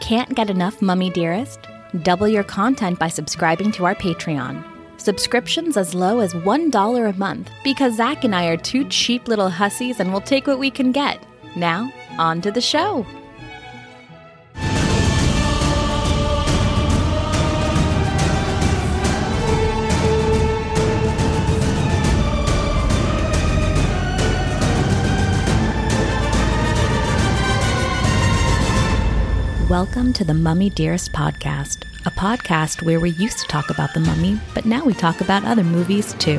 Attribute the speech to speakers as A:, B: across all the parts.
A: can't get enough Mummy Dearest? Double your content by subscribing to our Patreon. Subscriptions as low as $1 a month because Zach and I are two cheap little hussies and we'll take what we can get. Now, on to the show. Welcome to the Mummy Dearest Podcast, a podcast where we used to talk about the mummy, but now we talk about other movies too.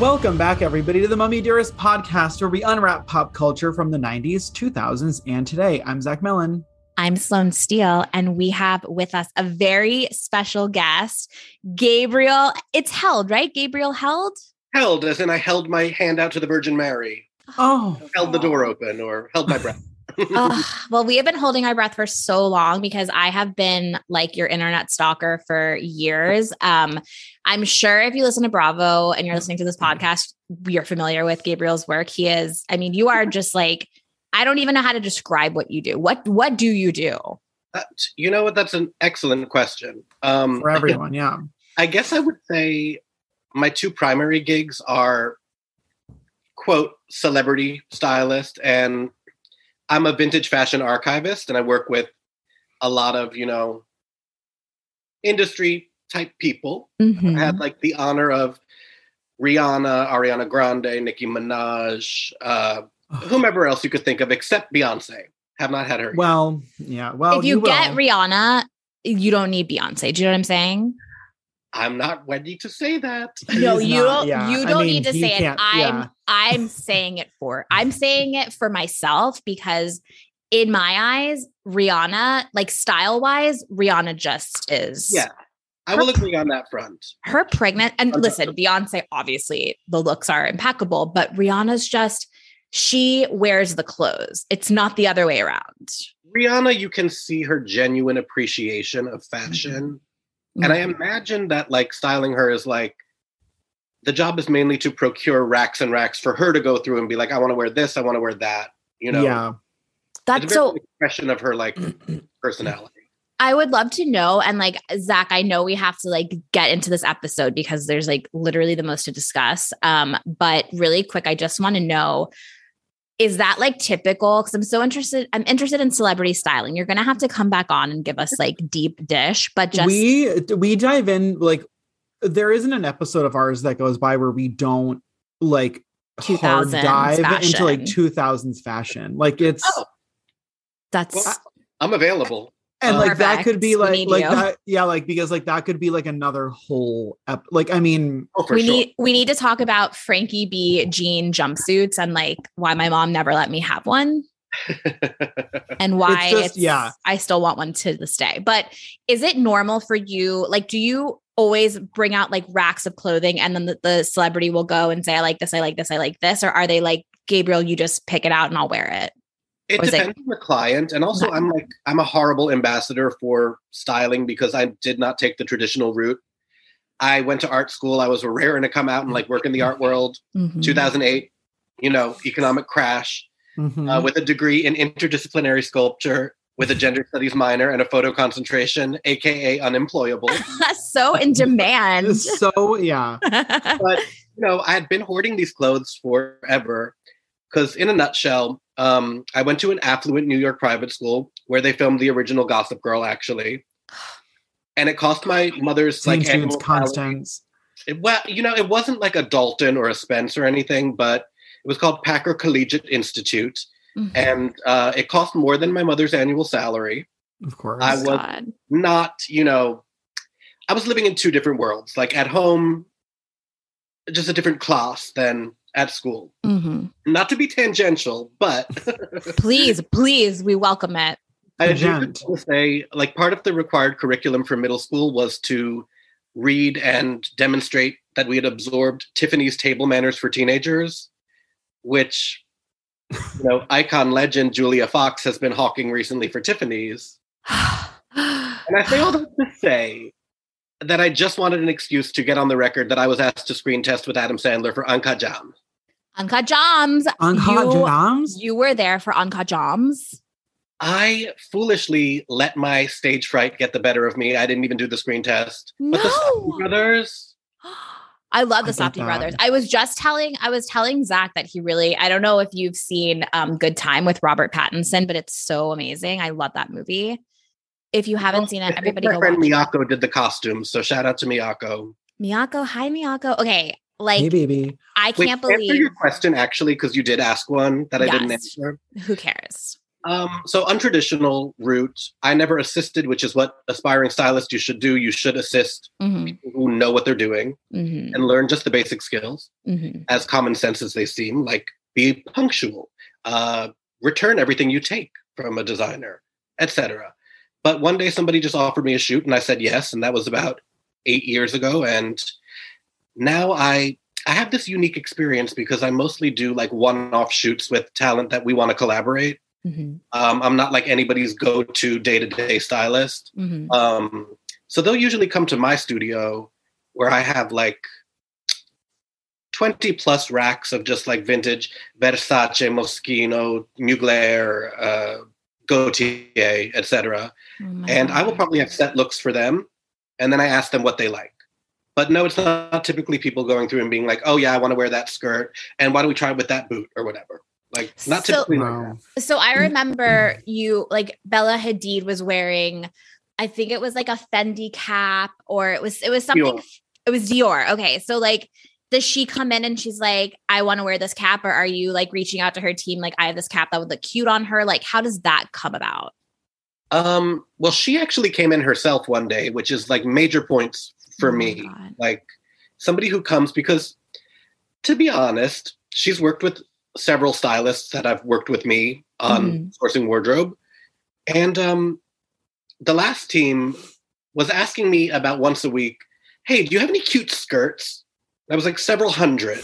B: Welcome back, everybody, to the Mummy Dearest podcast, where we unwrap pop culture from the 90s, 2000s, and today. I'm Zach Mellon.
A: I'm Sloan Steele, and we have with us a very special guest, Gabriel. It's held, right? Gabriel held?
C: held, as in I held my hand out to the Virgin Mary,
B: Oh,
C: held the door open, or held my breath.
A: Ugh, well, we have been holding our breath for so long because I have been like your internet stalker for years. Um, I'm sure if you listen to Bravo and you're listening to this podcast, you're familiar with Gabriel's work. He is, I mean, you are just like, I don't even know how to describe what you do. What what do you do?
C: That, you know what? That's an excellent question. Um,
B: Oh, for everyone. Yeah.
C: I guess I would say my two primary gigs are quote celebrity stylist and I'm a vintage fashion archivist and I work with a lot of, you know, industry type people. I had like the honor of Rihanna, Ariana Grande, Nicki Minaj, uh, whomever else you could think of except Beyonce. Have not had her. yet.
B: Well, yeah. Well,
A: if you, get
B: will.
A: Rihanna, you don't need Beyonce. Do you know what I'm saying?
C: I'm not ready to say that.
A: no,
B: He's
A: you
B: not-
A: don't.
B: yeah,
A: You
B: I
A: don't
B: mean,
A: need to
B: he
A: say it.
B: can't-
A: I'm.
B: yeah.
A: I'm saying it for. I'm saying it for myself because, in my eyes, Rihanna, like style wise, Rihanna just is.
C: Yeah. I will agree on that front.
A: Her pregnant and
C: Okay.
A: listen, Beyonce. Obviously, the looks are impeccable, but Rihanna's just. She wears the clothes. It's not the other way around.
C: Rihanna, you can see her genuine appreciation of fashion. And I imagine that like styling her is like the job is mainly to procure racks and racks for her to go through and be like, I want to wear this, I want to wear that. You know,
B: yeah.
A: That's
C: it's a
A: so.
C: very good expression of her like personality.
A: I would love to know. And like Zach, I know we have to like get into this episode because there's like literally the most to discuss. Um, but really quick, I just want to know is that like typical? Because I'm so interested, I'm interested in celebrity styling. You're gonna have to come back on and give us like deep dish, but just
B: we we dive in like there isn't an episode of ours that goes by where we don't like hard
A: 2000s
B: dive into like
A: fashion.
B: 2000s fashion. Like it's
C: Oh.
A: that's
C: Well, I'm available.
B: and like that
A: Perfect.
B: could
A: We
B: be like
A: need
B: like
A: you.
B: that yeah like because like that could be like another whole ep- like I mean
C: Oh, for
A: we
C: sure.
A: need we need to talk about Frankie B jean jumpsuits and like why my mom never let me have one. and why
B: It's just-
A: it's-
B: yeah.
A: I still want one to this day. But is it normal for you? Like, do you always bring out like racks of clothing and then the, the celebrity will go and say, I like this, I like this, I like this? Or are they like, Gabriel, you just pick it out and I'll wear it?
C: It
A: Or is it-
C: depends on the client. And also
A: Okay.
C: I'm like I'm a horrible ambassador for styling because I did not take the traditional route. I went to art school. I was raring to come out and like work in the art world.
A: Mm-hmm.
B: Mm-hmm.
C: 2008, you know, economic crash
B: mhm.
A: Mm-hmm.
C: uh, with a degree in interdisciplinary sculpture with a gender studies minor and a photo concentration, aka unemployable.
A: so in demand.
B: so yeah
C: you know, I had been hoarding these clothes forever because, in a nutshell, um, I went to an affluent New York private school where they filmed the original Gossip Girl, actually. And it cost my mother's
B: St.
C: like
B: James
C: annual salary.
B: Constance.
C: It- well, you know, it wasn't like a Dalton or a Spence or anything, but it was called Packer Collegiate Institute,
A: Mhm.
C: and uh, it cost more than my mother's annual salary.
B: Of course.
C: I was-
A: God.
C: Not, you know, I was living in two different worlds. Like at home, just a different class than at school.
A: Mhm.
C: Not to be tangential, but
A: Please, please, we welcome it.
C: I do
B: Tangent.
C: wanna say, like, part of the required curriculum for middle school was to read and demonstrate that we had absorbed Tiffany's Table Manners for Teenagers, which, you know, icon legend Julia Fox has been hawking recently for Tiffany's. And I say all that to say that I just wanted an excuse to get on the record that I was asked to screen test with Adam Sandler for Anka Jam.
A: Uncut Joms.
B: Uncut
A: You-
B: Jams?
A: You were there for Uncut Joms.
C: I foolishly let my stage fright get the better of me. I didn't even do the screen test. But the
A: No.
C: Safdie brothers,
A: I love the
B: I love
A: Softy
B: that.
A: brothers. I was just telling I was telling Zach that he really I don't know if you've seen um Good Time with Robert Pattinson, but it's so amazing. I love that movie. If you haven't seen
C: I
A: it,
C: think
A: everybody
C: Oh, my
A: go watch
C: friend
A: it.
C: Miyako did the costumes, so shout out to Miyako.
A: Miyako, hi Miyako. Okay, like
B: hey, baby.
A: I
C: Wait,
A: can't
C: answer your
A: believe
C: question actually, because you did ask one that I didn't
A: Yes.
C: answer.
A: who cares.
C: Um, so untraditional route. I never assisted, which is what aspiring stylists you should do. You should assist
A: hmm
C: who know what they're doing
A: hmm
C: and learn just the basic skills,
A: hmm
C: as common sense as they seem. Like be punctual, uh, return everything you take from a designer, etc. But one day somebody just offered me a shoot, and I said yes, and that was about eight years ago. And now I I have this unique experience because I mostly do like one-off shoots with talent that we want to collaborate.
A: hmm
C: Um, I'm not like anybody's go-to day-to-day stylist.
A: hmm
C: Um, so they'll usually come to my studio where I have like 20 plus racks of just like vintage Versace, Moschino, Mugler, uh, Gautier, etc.
A: Oh
C: And I
A: Mm-hmm.
C: will probably have set looks for them, and then I ask them what they like. But no, it's not typically people going through and being like, "Oh yeah, I want to wear that skirt, and why don't we try it with that boot or whatever." Like not
A: So-
C: typically like that.
B: Wow.
A: So
C: Mm.
A: I remember you like Bella Hadid was wearing, I think it was like a Fendi cap or it was it was something
C: Dior.
A: it was Dior. Okay. So like does she come in and she's like, I want to wear this cap, or are you like reaching out to her team? Like, I have this cap that would look cute on her. Like, how does that come about?
C: Um, well, she actually came in herself one day, which is like major points for
A: Oh my
C: me.
A: God.
C: Like somebody who comes because to be honest, she's worked with several stylists that have worked with me on
A: Mhm.
C: sourcing wardrobe. And um the last team was asking me about once a week, hey, do you have any cute skirts? And I was like several hundred.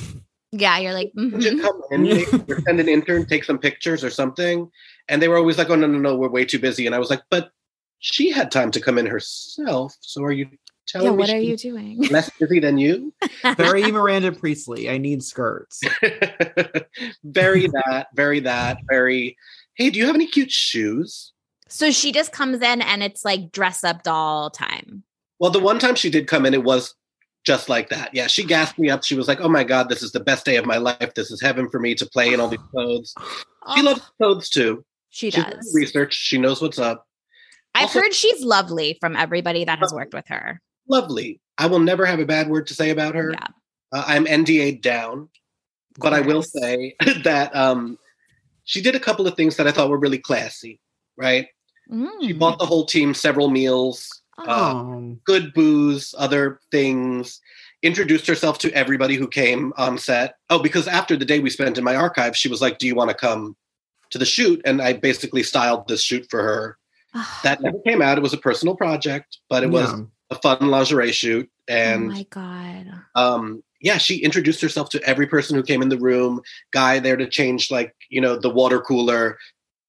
A: Yeah, you're like,
C: Would you
A: mhm.
C: come in, make- or send an intern, take some pictures or something? And they were always like, oh, no, no, no, we're way too busy. And I was like, but she had time to come in herself. So are you telling
A: yeah,
C: me
A: what are you
C: she's
A: doing?
C: less busy than you?
B: Very Miranda Priestley. I need skirts.
C: very that, very that, very, hey, do you have any cute shoes?
A: So she just comes in and it's like dress up doll time.
C: Well, the one time she did come in, it was just like that. Yeah, she gassed me up. She was like, oh my God, this is the best day of my life. This is heaven for me to play in all these clothes. She
A: Oh,
C: loves clothes too.
A: she
C: She's done
A: does.
C: research. She knows what's up.
A: I've
C: also-
A: heard she's lovely from everybody that has worked with her.
C: lovely. I will never have a bad word to say about her.
A: Yeah.
C: Uh, I'm NDA down, but I will
A: course.
C: say that um, she did a couple of things that I thought were really classy. Right? She
A: Mm.
C: bought the whole team several meals, uh,
B: Hmm. Oh,
C: good booze, other things. Introduced herself to everybody who came on set. Oh, because after the day we spent in my archive, she was like, "Do you want to come to the shoot?" And I basically styled this shoot for her.
A: Ah, oh
C: That never came out. It was a personal project, but it was
B: yeah.
C: a fun lingerie shoot. And
A: oh my god.
C: um yeah she introduced herself to every person who came in the room guy there to change like you know the water cooler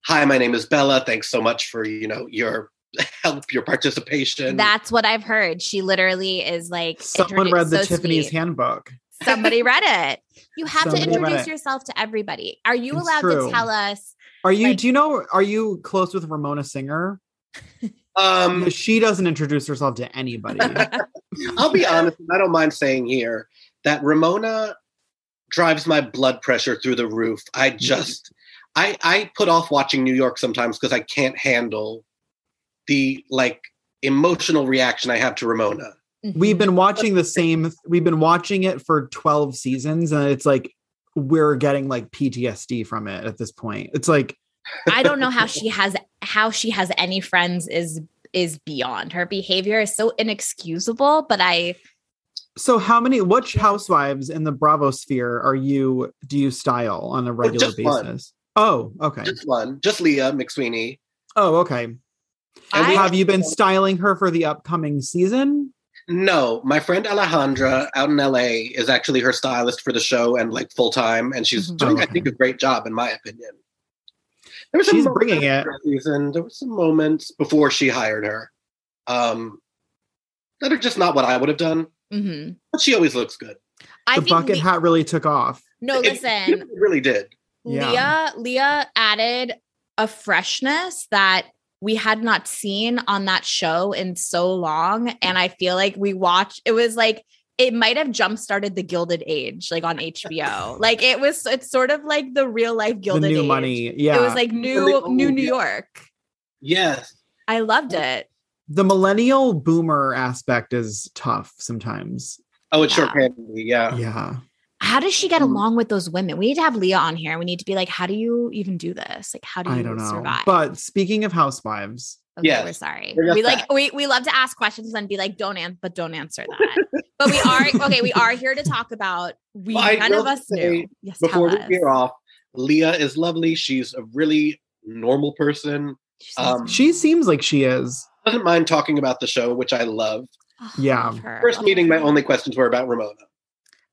C: hi my name is bella thanks so much for you know your help your participation
A: That's what I've heard. She literally is like
B: Someone
A: introdu-
B: read the
A: so
B: Tiffany's
A: sweet.
B: handbook.
A: Somebody read it. You have to
B: Somebody read
A: introduce
B: it.
A: yourself to everybody. Are you
B: It's
A: allowed
B: true.
A: to tell us?
B: Are you?
A: Like-
B: do you know? Are you close with Ramona Singer?
C: um
B: she doesn't introduce herself to anybody.
C: i'll be honest and i don't mind saying here that ramona drives my blood pressure through the roof i just i i put off watching new york sometimes because i can't handle the like emotional reaction i have to ramona
B: we've been watching the same. We've been watching it for twelve seasons, and it's like we're getting like PTSD from it at this point. It's like
A: Mm-hmm. I don't know how she has how she has any friends is is beyond. Her behavior is so inexcusable, but I
B: so. How many? Which housewives in the Bravo sphere are you? Do you style on a regular
C: just one.
B: basis? Oh, okay.
C: just one just leah mcsweeney
B: Oh, okay.
C: And we
A: I-
B: Have you been styling her for the upcoming season?
C: No, my friend Alejandra out in LA is actually her stylist for the show and like full time, and she's
A: Mhm.
C: doing,
B: Oh,
C: I think,
B: okay.
C: a great job in my opinion. There was
B: She's bringing it.
C: Season. There were some moments before she hired her um, that are just not what I would have done,
A: mhm.
C: but she always looks good.
A: I
B: the
A: think
B: bucket
A: Le-
B: hat really took off.
A: no,
C: It-
A: listen,
C: It really did.
B: Yeah.
A: Leah Leah added a freshness that we had not seen on that show in so long and I feel like we watched it was like it might have jump started the Gilded Age like on HBO. like it was it's sort of like the real life Gilded
B: the new
A: Age.
B: money. Yeah.
A: It was like new
C: Really
A: new
C: old,
A: New
C: yeah.
A: York.
C: Yes.
A: I loved it.
B: the millennial boomer aspect is tough sometimes.
C: Oh, it sure
A: Yeah.
C: can be. Yeah.
B: Yeah.
A: How does she get
C: Mm.
A: along with those women? We need to have Leah on here. We need to be like, how do you even do this? Like, how do you
B: I don't know.
A: survive?
B: But speaking of housewives,
A: Okay,
C: Yes.
A: we're sorry.
C: Bring us
A: We like
C: back.
A: we we love to ask questions and be like, don't answer, but don't answer that. but we are okay. We are here to talk about we
C: Well, I
A: none of
C: will
A: us
C: say,
A: knew. Yes,
C: Before
A: tell
C: we
A: us.
C: veer off, Leah is lovely. She's a really normal person.
A: She sounds
C: um,
B: she seems like she is.
C: Doesn't mind talking about the show, which I love.
A: Oh,
B: yeah.
A: love her,
C: First
A: love
C: meeting,
A: her.
C: my only questions were about Ramona.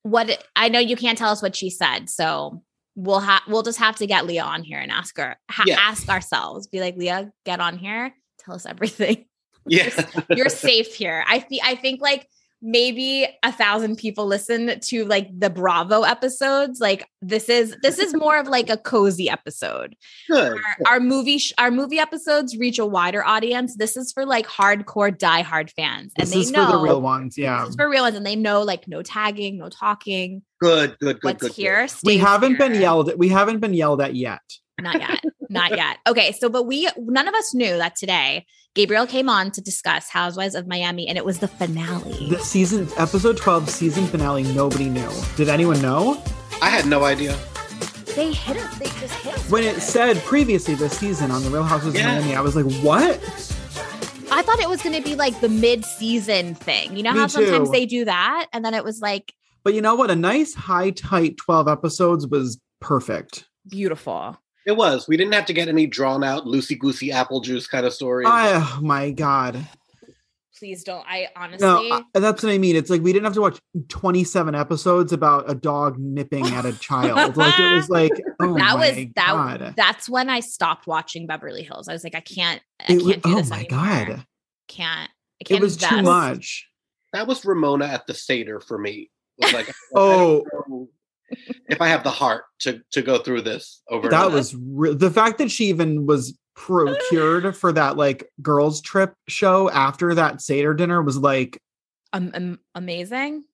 A: What I know, you can't tell us what she said, so we'll have we'll just have to get Leah on here and ask her, ha-
C: Yeah.
A: ask ourselves, be like, Leah, get on here, tell us everything.
C: Yeah.
A: you're safe here. I feel I think like maybe a thousand people listen to like the Bravo episodes. Like this is this is more of like a cozy episode.
C: Good.
A: Our movie sh- our movie episodes reach a wider audience. This is for like hardcore diehard fans, and
B: This
A: they
B: is
A: know
B: for the real ones. Yeah.
A: this is for real ones, and they know like no tagging, no talking.
C: Good. Good. Good.
A: what's
C: good. good.
A: here?
B: We
A: stays
B: haven't been
A: here.
B: yelled at. We haven't been yelled at yet.
A: Not yet. Not yet. Okay. So, but we, none of us knew that today Gabriel came on to discuss Housewives of Miami and it was the finale.
B: The season episode 12 season finale, nobody knew. Did anyone know?
C: I had no idea.
A: They hit us. They just hit us.
B: When it said previously this season on the Real Houses
C: Yeah.
B: of Miami, I was like, what?
A: I thought it was going to be like the mid-season thing. You know
B: Me
A: how sometimes
B: too.
A: they do that, and then it was like
B: But you know what? A nice high tight 12 episodes was perfect.
A: beautiful.
C: It was. We didn't have to get any drawn out, loosey goosey apple juice kind of story.
B: I- oh my God.
A: Please don't. I honestly.
B: No, I- that's what I mean. It's like we didn't have to watch 27 episodes about a dog nipping at a child. like it was like, oh
A: that
B: my
A: was that.
B: God.
A: That's when I stopped watching Beverly Hills. I was like, I can't. I
B: It
A: can't
B: was,
A: do
B: oh
A: this
B: my
A: anymore.
B: God.
A: Can't. I can't
B: It was
A: invest.
B: too much.
C: that was Ramona at the Seder for me. It was like, I
B: Oh.
C: don't know if I have the heart to, to go through this over.
B: that
C: another.
B: was re- the fact that she even was procured for that like girls trip show after that seder dinner was like
A: Um, um, amazing.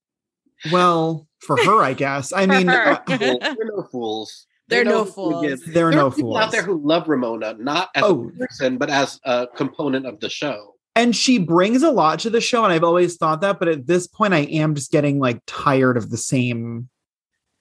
B: well for her i guess i
A: For
B: mean
A: her.
B: uh,
C: Fools. They're
A: They're no
C: no fools. They know who we
A: fools.
C: give.
B: there are
C: There
B: no
C: are people
B: fools
C: out there who love Ramona, not as
B: Oh.
C: a person, but as a component of the show.
B: and she brings a lot to the show and i've always thought that but at this point i am just getting like tired of the same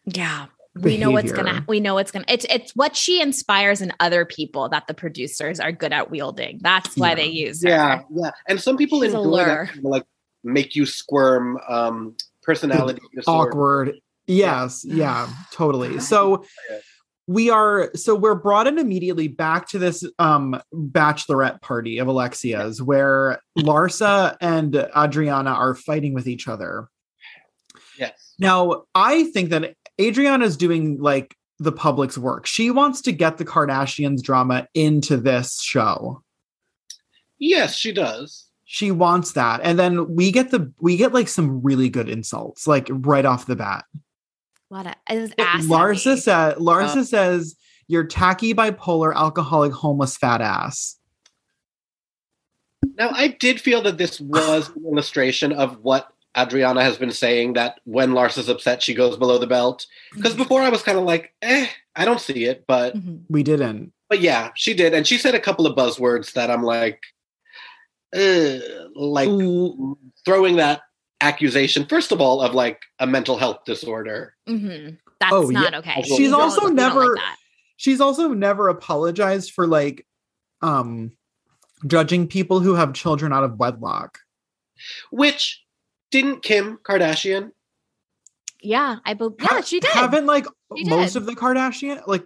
A: Yeah. We know what's gonna.
B: Behavior.
A: We know what's gonna. It's it's what she inspires in other people that the producers are good at wielding. That's why
B: Yeah.
A: they use. her.
C: Yeah, yeah. And some people
A: She's a
C: enjoy
A: lure.
C: that kind of like make you squirm um personality disorder.
B: awkward yes yeah totally so
C: Yeah.
B: we are so we're brought in immediately back to this um bachelorette party of alexia's where larsa and adriana are fighting with each other
C: Yes.
B: now i think that adriana's doing like the public's work she wants to get the kardashians drama into this show
C: Yes, she does.
B: she wants that and then we get the we get like some really good insults like right off the bat
A: What a, it was ass
B: Larsa
A: heavy.
B: says Larsa
C: Uh,
B: says you're tacky bipolar alcoholic homeless fat ass.
C: Now, I did feel that this was an illustration of what Adriana has been saying that when Larsa's upset, she goes below the belt.
A: Mm-hmm.
C: Because before I was kind of like, eh, I don't see it, but
A: Mhm.
B: We didn't.
C: but yeah, she did, and she said a couple of buzzwords that I'm like, eh, like
B: L-
C: throwing that accusation first of all of like a mental health disorder.
A: Mhm. That's
B: Oh, yeah.
A: not okay.
C: She's
A: We don't-
B: also
A: we don't like
B: never-
A: that.
B: She's also never apologized for like um judging people who have children out of wedlock.
C: Which didn't Kim Kardashian?
A: Yeah, I believe. Yeah,
B: Ha-
A: she did.
B: Haven't like
A: She
B: most
A: did.
B: of the Kardashian, like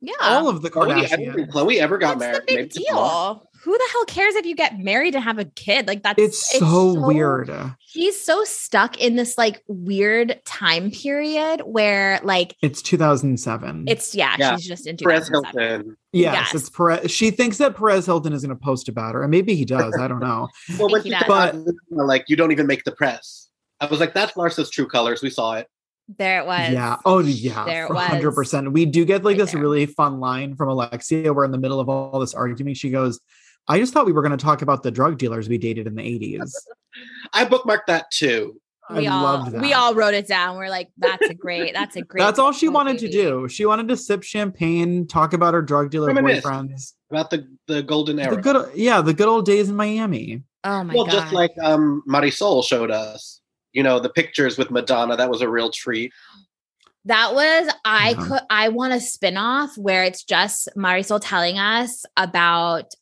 A: yeah.
B: all of the
C: Chloe, I don't
B: Kardashians.
C: think Chloe ever got
A: What's
C: married.
A: the big
C: Maybe not.
A: deal? Who the hell cares if you get married and have a kid? Like that's
B: It's so weird.
A: She's so stuck in this like weird time period where like
B: It's 2007.
A: it's yeah,
C: Yeah.
A: she's just into
C: Perez Hilton.
B: yes,
A: yes.
B: it's Perez. She thinks that Perez Hilton is going to post about her, and maybe he does. I don't know.
C: Well, when
A: he
C: she said,
B: does.
C: like, you don't even make the press. I was like, that's Larsa's true colors. We saw it.
A: There it was.
B: Yeah. Oh, yeah.
A: There it was.
B: 100%. We do get like
A: Right
B: this
A: there.
B: really fun line from Alexia. We're in the middle of all this argument. She goes, I just thought we were going to talk about the drug dealers we dated in the 80s.
C: I bookmarked that too.
A: We
B: I
A: all
B: loved that.
A: we all wrote it down. We're like, that's a great, that's a great.
B: That's all she
A: quote,
B: wanted to
A: baby.
B: do. She wanted to sip champagne, talk about her drug dealer
C: Reminisce.
B: boyfriends.
C: About the, the golden era.
B: The good, yeah, the good old days in Miami.
A: Oh my
C: well,
A: god!
C: just like um, Marisol showed us, you know, the pictures with Madonna, that was a real treat.
A: That was I
C: Mm-hmm.
B: Yeah.
A: could I want a spin-off where it's just Marisol telling us about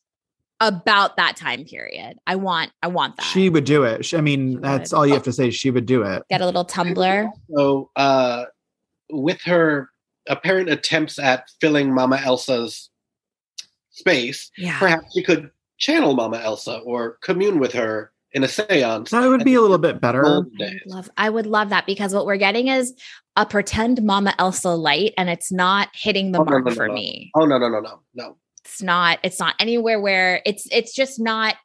A: about that time period. I want I want that.
B: She would do it. She- I
A: She
B: mean,
A: would.
B: that's all you have to say. She would do it.
A: Get a little tumbler.
C: So, uh, with her apparent attempts at filling Mama Elsa's space,
A: Yeah.
C: perhaps she could channel Mama Elsa or commune with her in a seance.
B: So it would be a little bit better.
A: I
C: Golden
A: would,
C: days.
A: love, I would love that because what we're getting is a pretend Mama Elsa light and it's not hitting the
C: Oh, no,
A: mark
C: no, no,
A: for
C: no.
A: me.
C: Oh, no, no, no, no, no.
A: It's not, it's not anywhere where it's it's just not.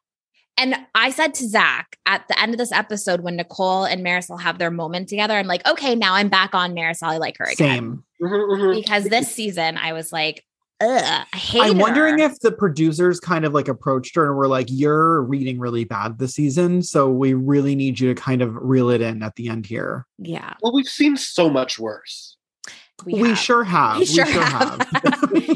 A: And I said to Zach at the end of this episode when Nicole and Marisol have their moment together, I'm like, okay, now I'm back on Marisol. I like her again.
B: Same.
C: Mhm, mhm.
A: because this season I was like, Ugh, I hate.
B: I'm wondering
A: her.
B: if the producers kind of like approached her and were like, "You're reading really bad this season, so we really need you to kind of reel it in at the end here."
A: yeah,
C: Well, we've seen so much worse.
A: we,
B: We,
A: have.
B: sure have.
A: We sure have. We-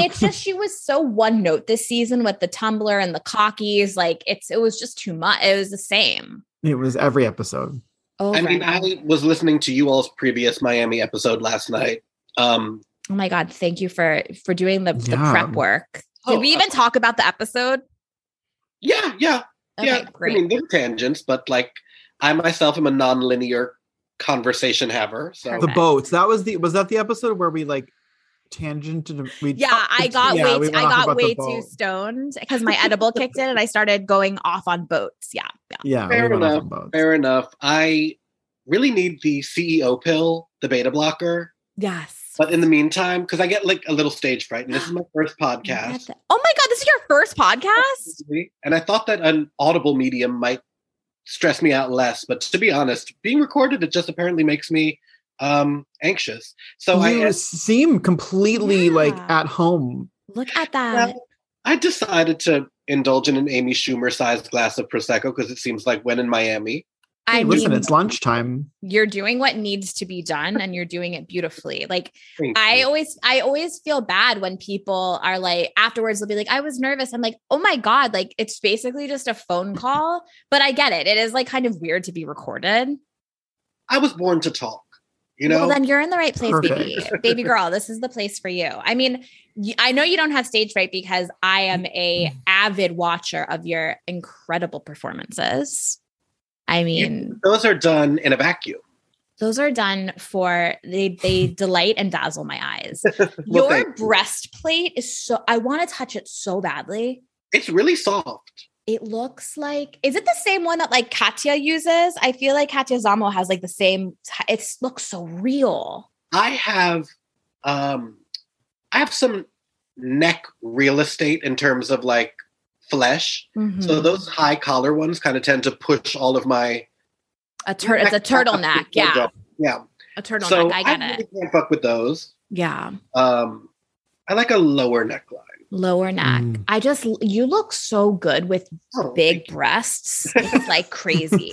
A: it's just she was so one note this season with the tumbler and the cockies. Like it's it was just too much. It was the same.
B: it was every episode.
A: Oh,
C: I mean, I was listening to you all's previous Miami episode last night. Um,
A: oh my god! Thank you for for doing the, the
B: Yeah. uh,
A: prep work. Did
C: Oh,
A: we even talk about the episode?
C: yeah, yeah,
A: Okay,
C: yeah.
A: great.
C: I mean, they're tangents, but like, I myself am a non-linear conversation haver. So
A: Perfect.
B: The boats. That was the was that the episode where we like tangented. We
A: yeah, I got
B: Yeah,
A: way
B: we
A: too,
B: went
A: I
B: off
A: got
B: about the
A: way too
B: boat.
A: stoned because my edible kicked in and I started going off on boats. Yeah, yeah.
B: Yeah, we
C: Fair
B: went off
C: enough,
B: on boats.
C: fair enough. I really need the CEO pill, the beta blocker.
A: yes.
C: But in the meantime, because I get like a little stage fright, and this is my first
A: What
C: podcast,
A: the- Oh my god, this is your first podcast?
C: and I thought that an audible medium might stress me out less. But to be honest, being recorded, it just apparently makes me um anxious. So I
B: you seem completely like
A: Yeah.
B: at home.
A: Look at that.
C: Well, I decided to indulge in an Amy Schumer sized glass of Prosecco because it seems like when in Miami.
A: I
B: Hey, listen,
A: mean,
B: it's lunchtime.
A: you're doing what needs to be done and you're doing it beautifully. Like
C: Thank
A: I
C: you.
A: always I always feel bad when people are like afterwards they'll be like I was nervous. I'm like, "Oh my god, like it's basically just a phone call." But I get it. It is like kind of weird to be recorded.
C: I was born to talk, you know?
A: well, then you're in the right place,
B: Perfect.
A: baby. baby girl, this is the place for you. I mean, y- I know you don't have stage fright because I am
B: Mm.
A: a avid watcher of your incredible performances. I mean,
C: Those are done in a vacuum.
A: those are done for they they delight and dazzle my eyes.
C: Well,
A: your
C: thank you.
A: breastplate is so I want to touch it so badly.
C: It's really soft.
A: It looks like is it the same one that like Katya uses? I feel like Katya Zamo has like the same it looks so real.
C: I have um I have some neck real estate in terms of like flesh. So
A: Mhm.
C: those high collar ones kind of tend to push all of my
A: a tur- it's a turtleneck. Yeah.
C: Yeah.
A: A turtleneck.
C: So
A: I get it.
C: really can't fuck with those.
A: Yeah.
C: Um I like a lower neckline.
A: Lower neck.
B: Mm.
A: I just, you look so good with
C: Oh,
A: big breasts. It's like crazy.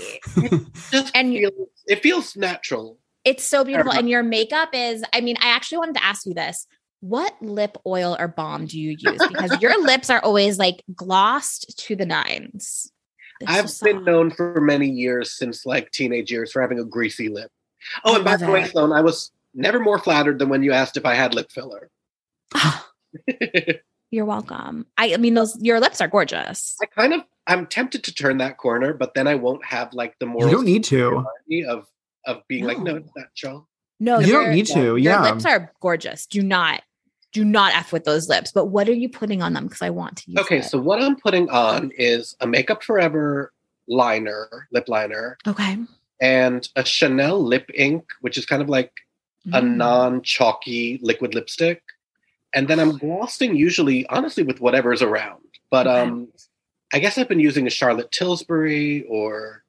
C: just
A: And you-
C: feels, it feels natural.
A: It's so beautiful. And your makeup is, I mean, I actually wanted to ask you this. What lip oil or balm do you use? Because your lips are always like glossed to the nines. It's
C: I've
A: just
C: been
A: soft.
C: known for many years since like teenage years for having a greasy lip. Oh,
A: I
C: and by
A: love
C: the way,
A: it.
C: Sloan, I was never more flattered than when you asked if I had lip filler.
A: Ah. You're welcome. I, I mean, those, your lips are gorgeous.
C: I kind of I'm tempted to turn that corner, but then I won't have like the
B: You
C: moral
B: don't need to.
C: authority of of being like, no, it's natural.
A: No,
B: you
A: your-
B: don't need to.
A: Your
B: Yeah.
A: lips are gorgeous. Do not, do not f with those lips. But what are you putting on them? Because I want to use.
C: Okay,
A: it.
C: so what I'm putting on is a Makeup Forever liner, lip liner,
A: okay.
C: and a Chanel lip ink, which is kind of like a
A: Mm.
C: non-chalky liquid lipstick and then i'm glossing usually honestly with whatever's around but
A: Okay.
C: um i guess i've been using a charlotte tilbury or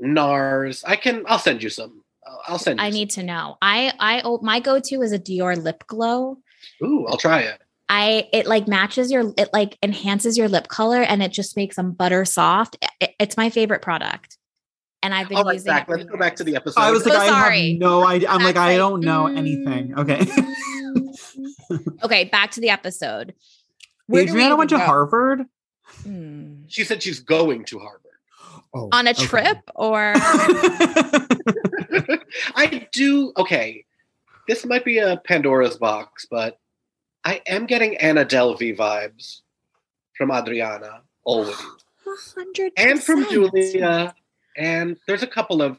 C: nars i can i'll send you some I'll send. You
A: I need to know. I I oh, my go to is a Dior lip glow.
C: some. Ooh, I'll try it.
A: I it like matches your it like enhances your lip color and it just makes them butter soft. I- I- it's my favorite product, and I've been
C: All right,
A: using.
C: Zach.
A: it for
C: Let's go back to the
A: years.
C: episode.
B: I was
A: So
B: like, I
A: sorry.
B: have no idea. I'm like,
A: That's
B: I
A: like,
B: don't know
A: mm.
B: anything. Okay.
A: Mm-hmm. okay, back to the episode. do we
B: Adriana went to
A: even go?
B: Harvard
A: Hmm.
C: she said she's going to Harvard.
B: oh,
A: on a
B: okay.
A: trip or
C: I do. Okay, this might be a Pandora's box, but I am getting Anna Delvey vibes from Adriana always,
A: hundred
C: and from Julia, and there's a couple of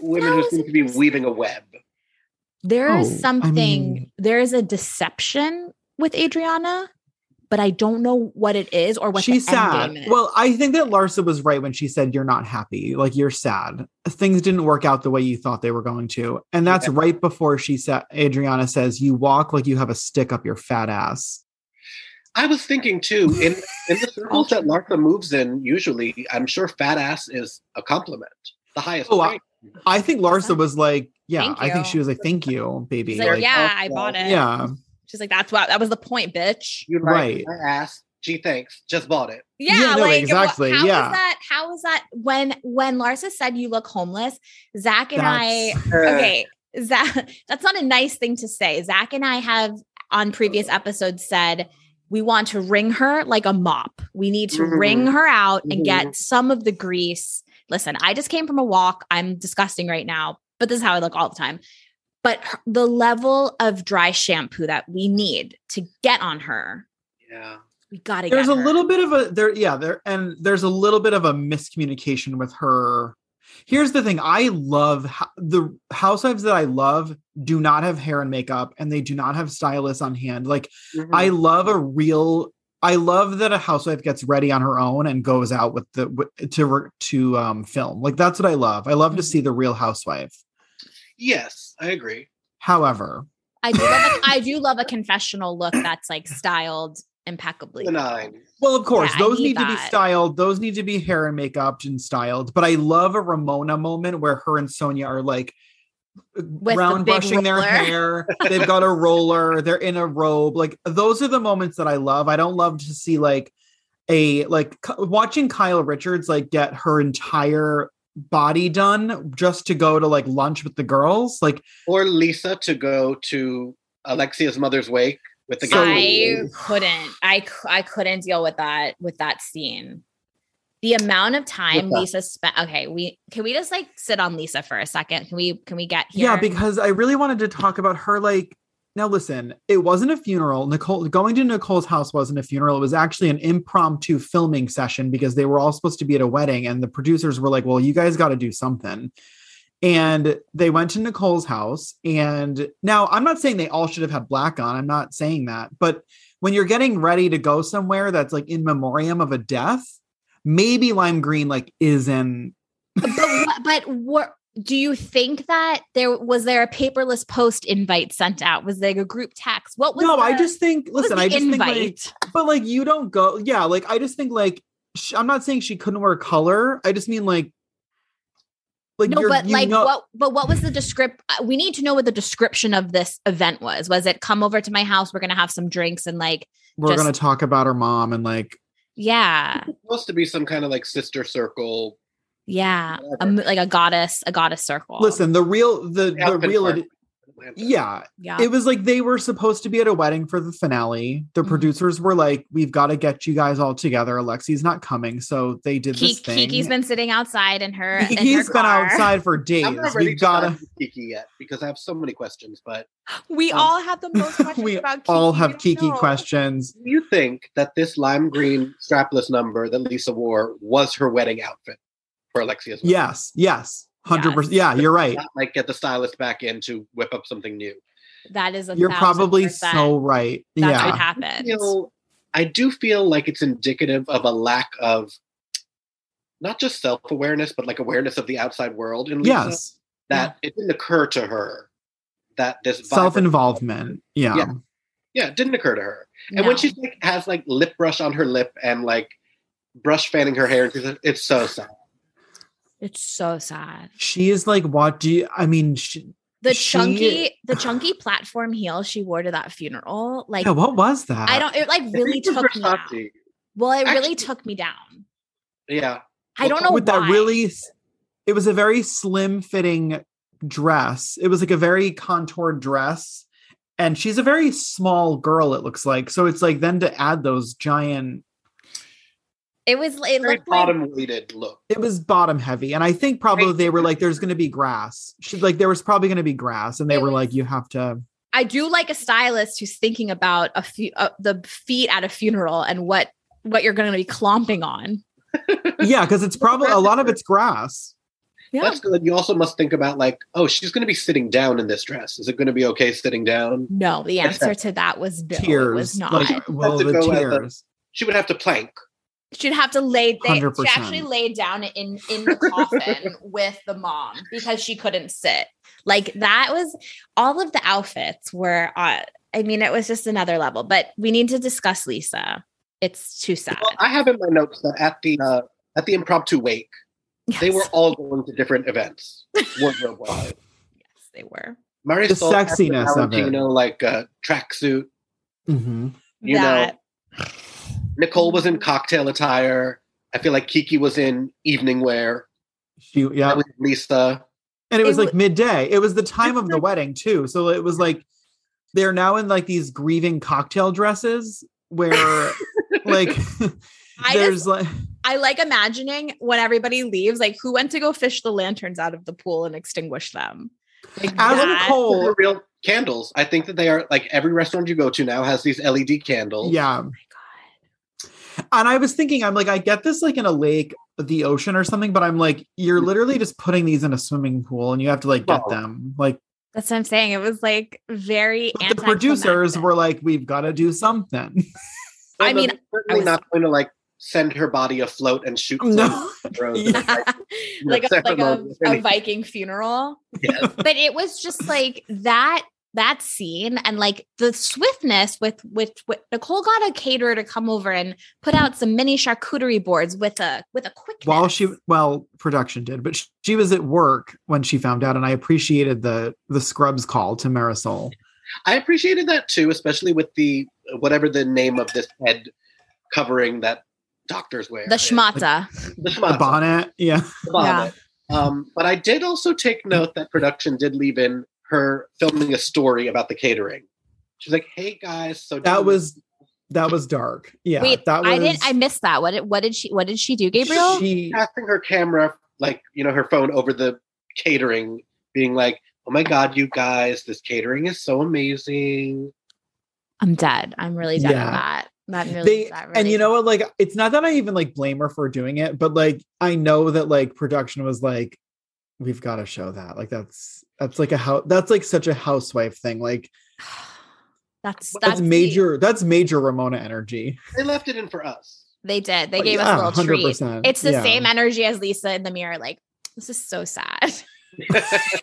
C: women who seem to be weaving a web.
A: There is
B: Oh, I
A: something,
B: mean-
A: there is a deception with Adriana, but I don't know what it is or what the
B: She's
A: end
B: sad.
A: game is.
B: Well, I think that Larsa was right when she said you're not happy. Like you're sad. Things didn't work out the way you thought they were going to. And that's
C: Yeah.
B: right before she said Adriana says you walk like you have a stick up your fat ass.
C: I was thinking too in in the circles that Larsa moves in. Usually, I'm sure fat ass is a compliment, the highest.
B: Oh, I-
C: rank.
B: I think Larsa was like, yeah,
A: Thank
B: I think
A: you.
B: she was like, thank you, baby.
A: She's like,
B: Like,
A: yeah,
C: oh,
A: I bought it.
B: yeah.
A: She's like, that's what that was the point, bitch.
C: you like
B: right.
C: my ass? Gee, thanks. Just bought it.
A: Yeah,
B: Yeah, no,
A: like wha-
B: exactly,
A: How is
B: yeah.
A: that? How is that? When when Larsa said you look homeless, Zach and I
B: That's-
A: okay zach that's not a nice thing to say zach and i have on previous
B: Oh.
A: episodes said we want to wring her like a mop we need to
C: Mhm.
A: wring
B: Mm-hmm.
A: her out and
C: Mhm.
A: get some of the grease listen i just came from a walk i'm disgusting right now but this is how i look all the time but her- the level of dry shampoo that we need to get on her
C: Yeah.
A: we gotta
B: there's a
A: get her.
B: little bit of a there yeah there and there's a little bit of a miscommunication with her here's the thing i love ho- the housewives that i love do not have hair and makeup and they do not have stylists on hand like
C: Mm-hmm. Mm.
B: i love a real i love that a housewife gets ready on her own and goes out with the w- to re- to um film like that's what i love i love to see the real housewife
C: yes, I agree.
B: however
A: i do love a, i do love a confessional look that's like styled impeccably
C: The nine.
B: Well, of course,
A: I
B: those
A: need
B: need, to be
A: that.
B: styled. Those need to be hair and makeup and styled. But I love a Ramona moment where her and Sonia are like
A: the
B: round
A: big
B: brushing their
A: roller.
B: hair. They've got a roller. They're in a robe. Like those are the moments that I love. I don't love to see like a like K- watching Kyle Richards like get her entire body done just to go to like lunch with the girls. Like
C: Or Lisa to go to Alexia's mother's wake with the
B: So-
C: guy.
A: I couldn't. I cou- I couldn't deal with that with that scene. The amount of time
C: Yeah.
A: Lisa spent. Okay, we can we just like sit on Lisa for a second? Can we can we get here?
B: Yeah, because I really wanted to talk about her. Like, now listen, it wasn't a funeral. Nicole going to Nicole's house wasn't a funeral. It was actually an impromptu filming session because they were all supposed to be at a wedding, and the producers were like, "Well, you guys got to do something." And they went to Nicole's house. And now I'm not saying they all should have had black on. I'm not saying that. But when you're getting ready to go somewhere that's like in memoriam of a death, maybe lime green like is in
A: but what, but what do you think that there was there a paperless post invite sent out? Was there a group text? What was
B: no, I
A: the-
B: just think.
A: what was
B: Listen,
A: the
B: I just
A: invite?
B: think like but like you don't go yeah like i just think like sh- i'm not saying she couldn't wear color i just mean like like
A: no,
B: you're,
A: but
B: you
A: like
B: know,
A: what? But what was the descript? uh, We need to know what the description of this event was. Was it come over to my house? We're gonna have some drinks and like
B: we're
A: just-
B: gonna talk about her mom and like
A: yeah.
C: supposed to be some kind of like sister circle.
A: Yeah, um,
C: Whatever.
A: a, mo- like a goddess, a goddess circle.
B: listen the real the the
C: outfit
B: real
C: party.
B: yeah
A: yeah,
B: it was like they were supposed to be at a wedding for the finale the
A: Mhm.
B: producers were like we've got to get you guys all together alexi's not coming so they did
A: Ki-
B: this thing
A: Kiki's been sitting outside in her. in her
B: Kiki's been
A: car.
B: outside for days
C: I'm not ready
B: we've
C: to
B: got to
C: talk to Kiki yet because I have so many questions. But
A: We
C: Um,
A: all have the most questions
B: we
A: about Kiki.
B: all
A: we
B: have
A: don't
B: kiki
A: know.
B: questions
C: do you think that this lime green strapless number that Lisa wore was her wedding outfit for Alexia's? wedding?
B: yes yes 100% yeah you're right
C: Not like get the stylist back in to whip up something new.
A: That is a
B: You're
A: thousand
B: probably
A: percent.
B: so right.
A: That's what
B: yeah.
C: I
A: happened.
C: feel I do feel like it's indicative of a lack of not just self awareness, but like awareness of the outside world in Lisa.
B: Yes.
C: That it didn't occur to her that this vibrant-
B: Self involvement. Yeah.
C: Yeah. Yeah, it didn't occur to her. And
A: No.
C: when she like, has like lip brush on her lip and like brush fanning her hair, and she's like, it's so sad.
A: It's so sad.
B: She is like, what do you? I mean, she,
A: The
B: She-
A: chunky, the chunky platform heel she wore to that funeral, like
B: yeah, what was that?
A: I don't. It like really
C: This is
A: took me down.
C: Versace.
A: Well, it really
C: Actually-
A: took me down.
C: Yeah.
A: I don't know
B: with
A: why.
B: that really. It was a very slim fitting dress. It was like a very contoured dress, and she's a very small girl. It looks like so. It's like then to add those giant
A: It was. It
C: Very
A: looked like
C: bottom weighted look.
B: it was bottom heavy and i think probably
C: Right.
B: they were like there's going to be grass she, like there was probably going to be grass and they
A: It
B: were
A: was-
B: like you have to
A: I do like a stylist who's thinking about a few uh, the feet at a funeral and what what you're going to be clomping on.
B: yeah because it's probably a lot of it's grass
A: Yeah.
C: That's good. You also must think about like, oh, she's going to be sitting down in this dress. Is it going to be okay sitting down?
A: no, the answer to that was no. It
B: tears
A: was not.
B: like well
C: Have to
B: the
C: go at the-
B: tears
C: She would have to plank.
A: She'd have to lay. They, she
B: 100%.
A: actually laid down in in the coffin with the mom because she couldn't sit. Like that was all of the outfits were. Uh, I mean, it was just another level. But we need to discuss Lisa. It's too sad.
C: Well, I have in my notes that at the uh, at the impromptu wake, they
A: Yes.
C: were all going to different events. Wardrobe wise,
A: Yes, they were.
C: Marisol
B: The sexiness of it.
C: Valentino, like a tracksuit.
B: Mhm.
C: You know, Nicole
B: Mm-hmm.
C: was in cocktail attire. I feel like Kiki was in evening wear.
B: she yeah
C: That was Lisa.
B: and it
A: It
B: was like
A: w-
B: midday it was the time of the wedding too so it was like they're now in like these grieving cocktail dresses where like
A: I
B: there's
A: just,
B: like
A: I like imagining when everybody leaves, like who went to go fish the lanterns out of the pool and extinguish them. Like
B: as
A: that-
B: nicole
C: Those are real candles. I think that they are like every restaurant you go to now has these LED candles.
B: yeah
A: Oh my God.
B: And I was thinking, I'm like, I get this like in a lake, the ocean or something, but I'm like, you're literally just putting these in a swimming pool and you have to like get
C: Mm-hmm. Well,
B: them. Like
A: That's what I'm saying. It was like very.
B: but the producers
A: anticlimactic.
B: were like, we've got to do something.
A: I
C: Although
A: mean,
C: they're certainly
A: was-
C: not going to like send her body afloat and shoot.
B: No.
C: flames through
B: Yeah.
C: the
A: like a, like a,
C: ceremony.
A: a Viking funeral.
C: Yes.
A: But it was just like that that scene and like the swiftness with which with, Nicole got a caterer to come over and put out some mini charcuterie boards with a with a quick
B: While she, well, production did, but she, she was at work when she found out, and I appreciated the the Scrubs call to Marisol.
C: I appreciated that too, especially with the whatever the name of this head covering that doctors wear.
A: the
C: is.
A: schmata.
C: The
B: The
C: schmata.
B: bonnet, yeah,
C: the bonnet. Um, but I did also take note that production did leave in her filming a story about the catering. She's like, "Hey guys, so
B: that was that was dark. Yeah,
A: Wait,
B: that was.
A: I didn't I missed that. What did what did she what did she do, Gabriel?
B: She,
C: passing her camera, like you know, her phone over the catering, being like." Oh my God, you guys, this catering is so amazing.
A: I'm dead. I'm really dead
B: Yeah.
A: on that. That really,
B: they
A: that
B: and
A: really-
B: you know what like it's not that i even like blame her for doing it but like i know that like production was like we've got to show that like that's that's like a how that's like such a housewife thing like
A: that's
B: that's,
A: that's deep.
B: major that's major ramona energy
C: They left it in for us.
A: They did. They
B: Like,
A: gave us
B: Oh,
A: a
B: yeah,
A: little treat.
B: 100%,
A: It's the
B: yeah.
A: same energy as Lisa in the mirror. Like this is so sad.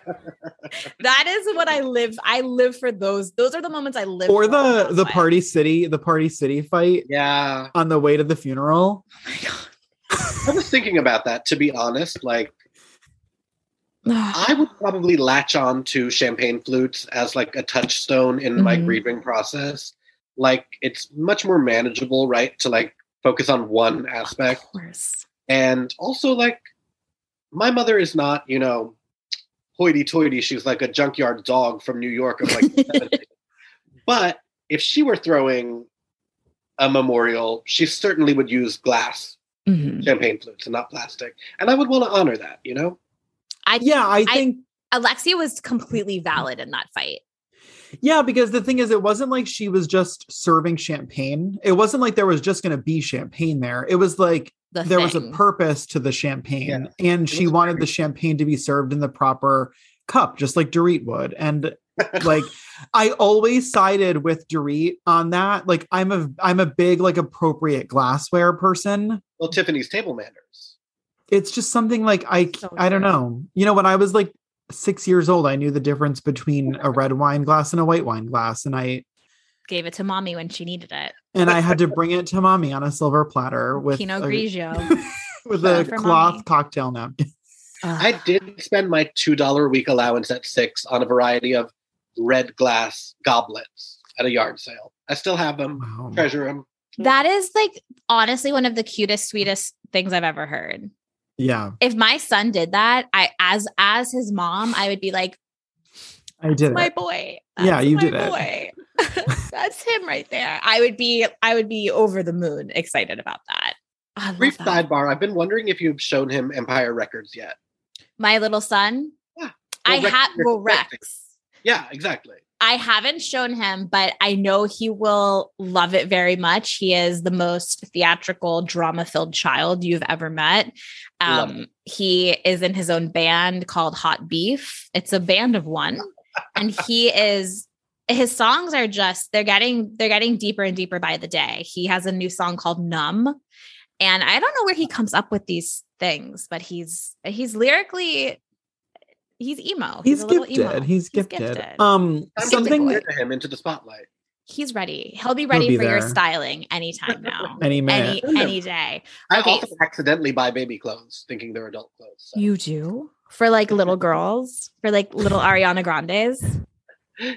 A: that is what I live. I live for those. Those are the moments I live.
B: or
A: for on
B: the
A: Housewives.
B: the party city the party city fight
C: Yeah.
B: on the way to the funeral
A: Oh my God.
C: I was thinking about that, to be honest. Like,
A: Ugh.
C: I would probably latch on to champagne flutes as like a touchstone in my
A: Mhm.
C: grieving process. Like it's much more manageable, right? To like focus on one aspect.
A: Of course.
C: And also like my mother is not, you know, hoity toity. She's like a junkyard dog from New York of like the 70s. But if she were throwing a memorial, she certainly would use glass
A: Mhm.
C: champagne flutes and not plastic. And I would want to honor that, you know?
A: I
B: yeah i think
A: Alexia was completely valid in that fight.
B: yeah because the thing is it wasn't like she was just serving champagne it wasn't like there was just going to be champagne there it was like
A: The
B: there was a
A: thing.
B: purpose to the champagne
C: Yeah.
B: and
C: was
B: she
C: a
B: wanted the
C: purpose.
B: champagne to be served in the proper cup just like Dorit would and like I always sided with Dorit on that like I'm a I'm a big like appropriate glassware person
C: Well, Tiffany's table manners.
B: it's just something like I
A: So
B: I don't
A: true.
B: know you know when I was like 6 years old I knew the difference between a red wine glass and a white wine glass and I
A: gave it to mommy when she needed it.
B: and I had to bring it to mommy on a silver platter with
A: Pinot
B: a,
A: Grigio.
B: with
A: Shout
B: a
A: out for
B: cloth
A: mommy.
B: cocktail napkin
A: Ugh.
C: I did spend my $2 a week allowance at six on a variety of red glass goblets at a yard sale. I still have them,
B: Wow.
C: treasure them.
A: that is like honestly one of the cutest, sweetest things I've ever heard.
B: Yeah,
A: If my son did that, I as as his mom, I would be like,
B: I did
A: my
B: it.
A: boy.
B: Yeah, you
A: my
B: did it.
A: boy. That's him right there. I would be I would be over the moon excited about that. Oh, I love
C: Brief
A: that.
C: sidebar I've been wondering if you've shown him Empire Records yet.
A: My little son.
C: Yeah.
A: I
C: Well, Rex
A: have
C: is
A: well
C: expecting.
A: Rex.
C: Yeah, exactly.
A: I haven't shown him, but I know he will love it very much. He is the most theatrical, drama filled child you've ever met.
C: Love
A: Um, he is in his own band called Hot Beef. It's a band of one, and he is his songs are just they're getting they're getting deeper and deeper by the day. He has a new song called Numb, and I don't know where he comes up with these things, but he's he's lyrically he's emo.
B: He's,
A: a little
B: gifted. He's gifted.
A: gifted.
B: Um,
C: I'm
A: Something-
C: something
A: Boy.
C: to him into the spotlight.
A: he's ready. He'll be
B: He'll
A: ready
B: be
A: for your
B: there.
A: styling anytime now.
B: any minute.
A: any any day.
C: I
A: Okay.
C: often accidentally buy baby clothes thinking they're adult clothes. so.
A: You do? For like little girls, for like little Ariana Grandes.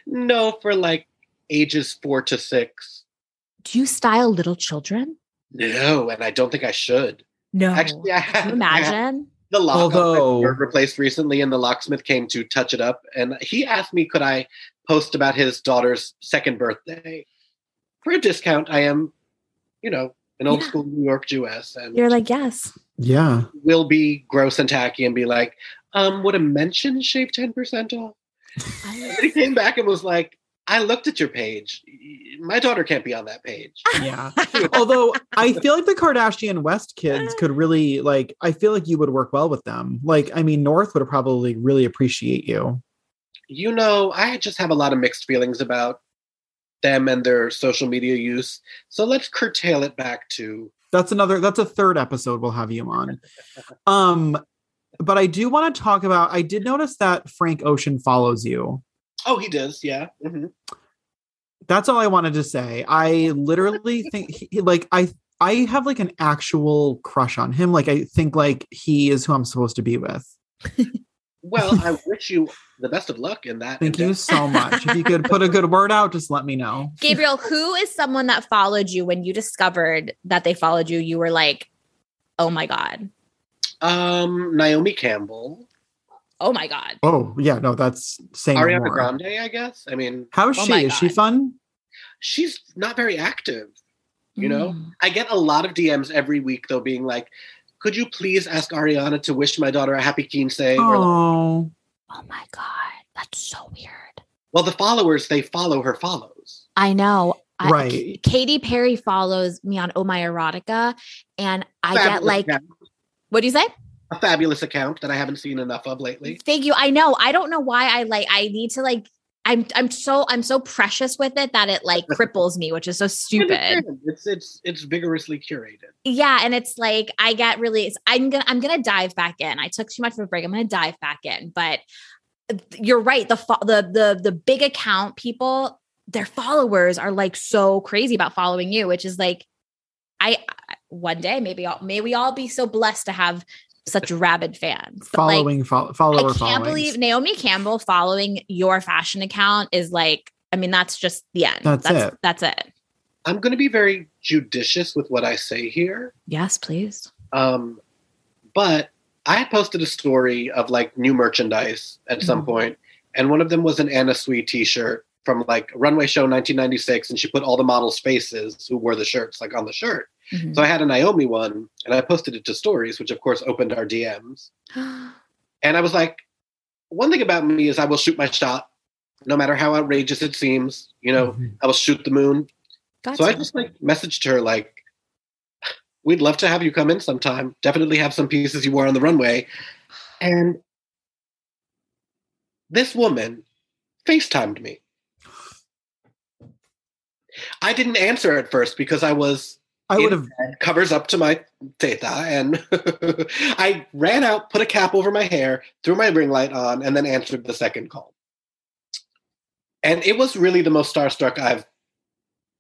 C: No, for like ages four to six.
A: Do you style little children?
C: No, and I don't think I should.
A: No.
C: Actually, I
A: Can
C: have.
A: you imagine?
C: The lock
B: Although-
C: Although, were replaced recently, and the locksmith came to touch it up, and he asked me, could I post about his daughter's second birthday for a discount? I am, you know, an old
A: Yeah.
C: school New York Jewess, and
A: You're like, yes.
B: Yeah.
C: will be gross and tacky and be like, um, would a mention shave ten percent off? And he
A: I-
C: came back and was like, I looked at your page. My daughter can't be on that page.
B: Yeah. Although I feel like the Kardashian West kids could really like I feel like you would work well with them. Like I mean North would probably really appreciate you.
C: you know, I just have a lot of mixed feelings about them and their social media use. So let's curtail it back to
B: That's another that's a third episode we'll have you on. Um but I do want to talk about I did notice that Frank Ocean follows you.
C: oh, he does, yeah.
A: Mm-hmm.
C: hmm
B: That's all I wanted to say. I literally think he, like I I have like an actual crush on him. Like I think like he is who I'm supposed to be with.
C: Well, I wish you the best of luck in that.
B: Thank you
C: endeavor.
B: so much. If you could put a good word out, just let me know.
A: Gabriel, who is someone that followed you when you discovered that they followed you? You were like, oh my God.
C: Um, Naomi Campbell,
A: Oh my God.
B: Oh yeah, no, that's saying
C: Ariana
B: more.
C: Grande, I guess. I mean,
B: How is
A: Oh
B: she?
A: my
B: Is she
A: God.
B: fun?
C: she's not very active. You know?
A: Mm.
C: I get a lot of DMs every week though, being like, "Could you please ask Ariana to wish my daughter a happy quince?" Or like,
B: Oh,
A: Oh my God. That's so weird.
C: well, the followers they follow her follows.
A: I know. I,
B: Right.
A: K- Katy Perry follows me on Oh My Erotica, and I get
C: Fabulous
A: like,
C: account-
A: what do you say?
C: a fabulous account that I haven't seen enough of lately.
A: Thank you. I know. I don't know why I like. I need to like. I'm I'm so I'm so precious with it that it like cripples me, which is so stupid.
C: It's it's it's vigorously curated.
A: Yeah, and it's like I get really. it's- I'm gonna I'm gonna dive back in. I took too much of a break. I'm gonna dive back in. But uh, you're right. The fo- the the the big account people, their followers are like so crazy about following you, which is like, I I- one day maybe all may we all be so blessed to have such rabid fans. But, like,
B: following fol- follower.
A: I can't
B: followings.
A: believe Naomi Campbell following your fashion account is like. I mean, that's just the end.
B: That's
A: that's
B: it.
A: That's it.
C: I'm going to be very judicious with what I say here,
A: Yes, please.
C: um, but I had posted a story of like new merchandise at some
A: Mhm.
C: point, and one of them was an Anna Sui T-shirt from like runway show 1996, and she put all the models' faces who wore the shirts like on the shirt.
A: Mm-hmm.
C: So I had a Naomi one, and I posted it to stories, which of course opened our DMs.
A: Mm-hmm.
C: And I was like, one thing about me is I will shoot my shot, no matter how outrageous it seems. You know,
B: Mhm.
C: I will shoot the moon.
A: Gotcha.
C: so I just like messaged her like, "We'd love to have you come in sometime. Definitely have some pieces you wore on the runway." And this woman FaceTimed me. I didn't answer at first because I was
B: I would have.
C: covers up to my theta and I ran out, put a cap over my hair, threw my ring light on, and then answered the second call. And it was really the most starstruck I've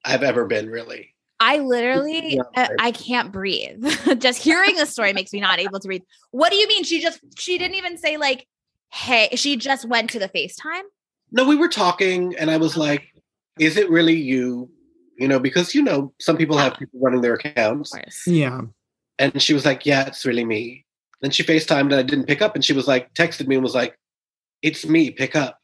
C: I've ever been, really.
A: I literally, uh, I can't breathe. just hearing the story makes me not able to breathe. What do you mean? She just, she didn't even say like, hey, she just went to the FaceTime.
C: No, we were talking, and I was like, "Is it really you?" You know, because you know some people have people running their
A: Of
C: accounts,
A: course.
B: Yeah.
C: and she was like, "Yeah, it's really me." Then she Facetimed, and I didn't pick up, and she was like, texted me and was like, "It's me, pick up."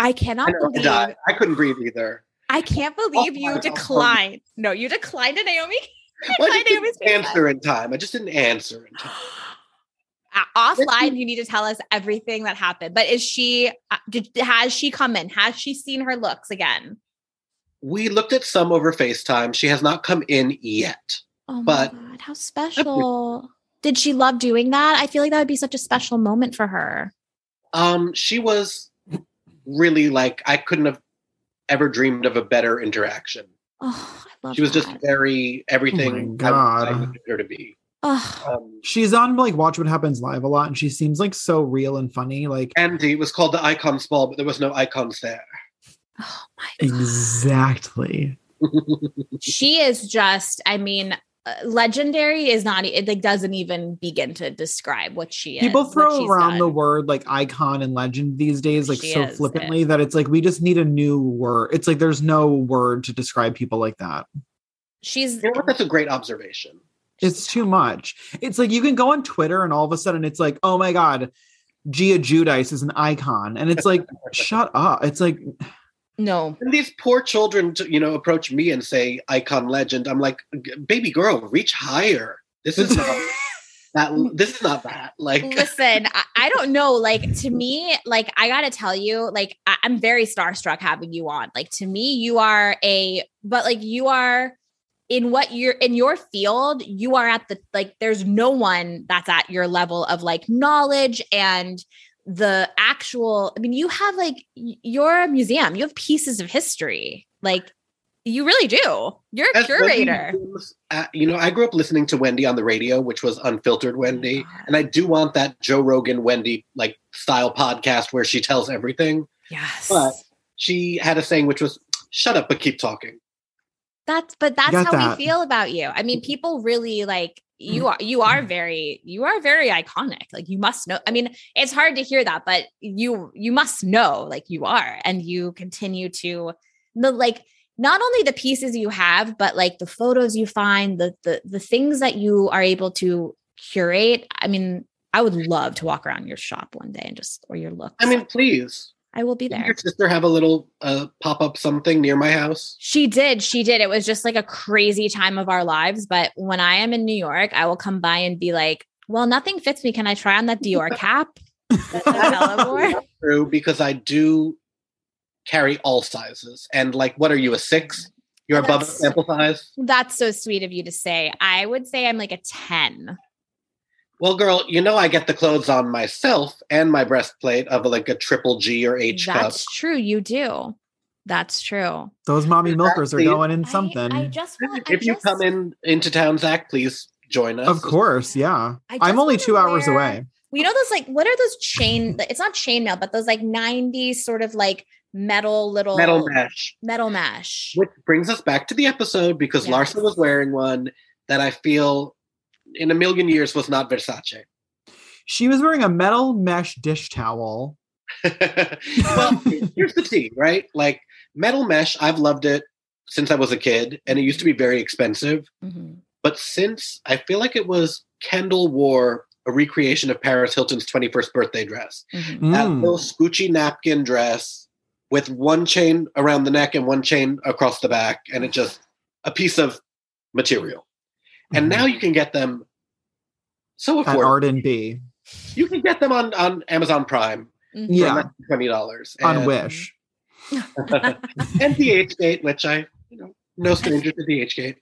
A: I cannot
C: I, know, I,
A: believe,
C: died. I couldn't breathe either.
A: I can't believe
C: Oh,
A: you
C: my God.
A: declined. No, you declined to Naomi.
C: Well, I
A: My
C: just
A: name is
C: didn't answer in time. I just didn't answer in time.
A: Uh, Offline, you need to tell us everything that happened. But is she? uh, Did, has she come in? Has she seen her looks again?
C: We looked at some over Facetime. She has not come in yet.
A: Oh
C: But-
A: my god, how special. Did she love doing that? I feel like that would be such a special moment for her.
C: Um, she was really like I couldn't have ever dreamed of a better interaction.
A: Oh, I love
C: She was
A: that.
C: just very everything
B: Oh my
C: I, I
B: God.
C: wanted her to be.
A: oh,
C: Um,
B: She's on like Watch What Happens Live a lot and she seems like so real and funny. Like
C: Andy it was called the Icons Ball, but there was no icons there.
A: oh my
B: Exactly.
A: she is just, I mean, uh, legendary is not e, it like doesn't even begin to describe what she is.
B: People
A: what
B: throw
A: she's
B: around
A: done.
B: the word like icon and legend these days like
A: She
B: so
A: is it.
B: flippantly that it's like we just need a new word. It's like there's no word to describe people like that.
A: she's
C: You know what? That's a great observation.
B: It's too much. It's like you can go on Twitter and all of a sudden it's like, oh my God, Gia Judice is an icon. And it's like, shut up. It's like,
A: no.
C: And these poor children, t- you know, approach me and say icon legend. I'm like, "G- baby girl, reach higher. This is not that. This is not that. Like,
A: Listen, I, I don't know. Like to me, like I gotta tell you, like I, I'm very starstruck having you on. Like to me, you are a but like you are in what you're in your field, you are at the like there's no one that's at your level of like knowledge and the actual I mean, you have like y- you're a museum, you have pieces of history. Like you really do. You're a
C: as Wendy
A: curator.
C: Williams, uh, you know, I grew up listening to Wendy on the radio, which was unfiltered Wendy, and I do want that Joe Rogan Wendy like style podcast where she tells everything.
A: Yes.
C: But she had a saying which was, "Shut up, but keep talking."
A: That's but that's
B: got
A: how
B: that. Mm.
A: we feel about you. I mean, people really like you are you are very you are very iconic. Like you must know. I mean, it's hard to hear that, but you you must know like you are and you continue to the like not only the pieces you have, but like the photos you find, the the the things that you are able to curate. I mean, I would love to walk around your shop one day and just or your look.
C: I mean, please.
A: I will be
C: Didn't
A: there.
C: Your sister have a little uh, pop up something near my house.
A: She did. She did. It was just like a crazy time of our lives. But when I am in New York, I will come by and be like, well, nothing fits me. Can I try on that Dior cap? That Nutella wore?"
C: True, because I do carry all sizes, and like, what are you a six? You're above
A: That's-
C: sample size.
A: That's so sweet of you to say. I would say I'm like a 10.
C: Well, girl, you know I get the clothes on myself and my breastplate of like a triple G or H cup.
A: That's true. You do. That's true.
B: those mommy milkers are
C: Exactly.
B: going in
A: I-
B: something.
A: I, just want, I
C: If you
A: just-
C: come in into town, Zach, please join us.
B: of course. Yeah.
A: I just
B: I'm only
A: wanna
B: two hours
A: wear-
B: away.
A: you know those like what are those chain it's not chainmail but those like 90s sort of like metal little
C: Metal mesh,
A: metal mesh
C: which brings us back to the episode because
A: Yes.
C: Larsa was wearing one that I feel in a million years was not Versace.
B: She was wearing a metal mesh dish towel.
C: well, here's the tea, right? Like metal mesh, I've loved it since I was a kid, and it used to be very expensive.
A: Mhm.
C: But since I feel like it was Kendall wore a recreation of Paris Hilton's 21st birthday dress,
A: Mhm.
C: that
B: Mm.
C: little scoochy napkin dress with one chain around the neck and one chain across the back, and it just a piece of material. And now you can get them so
B: Mm-hmm. at
C: affordable.
B: Art and B
C: You can get them on, on Amazon Prime
A: Mhm.
C: for
B: Yeah.
C: less than twenty dollars.
B: on Wish.
C: and DHgate, which I, you know, no stranger to DHgate.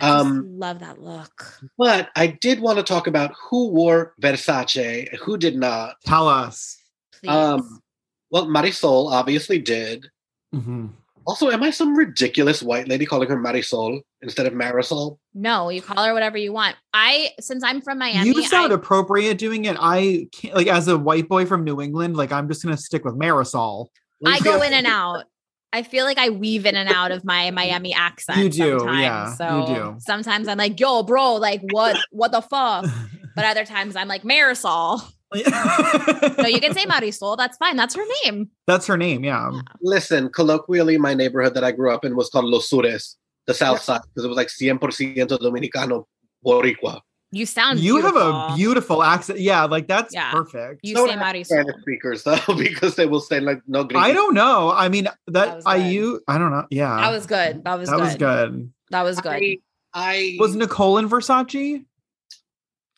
A: I just
C: Um,
A: love that look.
C: but I did want to talk about who wore Versace, who did not.
B: Tell us.
A: Please.
C: Um, well, Marisol obviously did. Mm-hmm.
B: Mhm.
C: Also, am I some ridiculous white lady calling her Marisol instead of Marisol?
A: no, you call her whatever you want. I since I'm from Miami,
B: you sound
A: I,
B: appropriate doing it. I can't, like, as a white boy from New England, like, I'm just going to stick with Marisol.
A: I go in and out. I feel like I weave in and out of my Miami accent.
B: You do,
A: sometimes.
B: yeah,
A: So
B: you do.
A: sometimes I'm like, yo, bro, like what what the fuck? But other times I'm like Marisol. No, you can say Marisol. That's fine. That's her name.
B: That's her name, yeah.
C: Listen, colloquially, my neighborhood that I grew up in was called Los Sures, the South Side, because it was like 100% Dominicano, Boricua.
A: You sound
B: You have a
A: beautiful.
B: beautiful accent. Yeah, like that's
A: Yeah.
B: perfect.
A: you
C: Don't
A: say
C: have
A: Marisol.
C: Spanish speakers, though, because they will say, like, no gringo.
B: I don't know. I mean, that,
A: That was
B: I
A: good.
B: you I don't know. Yeah.
A: That was good. That was
B: that
A: good.
B: was good.
A: That was good.
C: I, I
B: Was Nicole in Versace?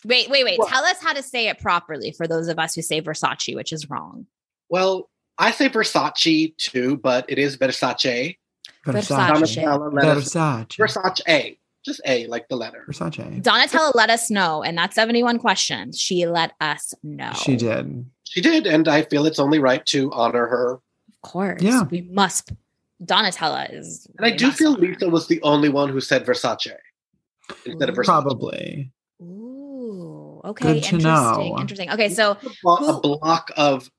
A: Wait, wait, wait.
C: What?
A: Tell us how to say it properly for those of us who say Versace, which is wrong.
C: well, I say Versace too, but it is Versace.
A: Versace.
C: Donatella let us-
B: Versace.
C: Versace, just A, like the letter.
B: Versace.
A: Donatella let us know, and that's 71 questions. She let us know.
B: She did.
C: She did, and I feel it's only right to honor her.
A: Of course.
B: Yeah.
A: We must. Donatella is.
C: And I
A: we
C: do
A: must
C: feel
A: honor.
C: Lisa was the only one who said Versace instead of Versace.
B: Probably.
A: Ooh. Okay.
B: Good to
A: interesting.
B: know. Mm.
A: Interesting. Okay. So,
C: A blo-
A: Who-
C: a block of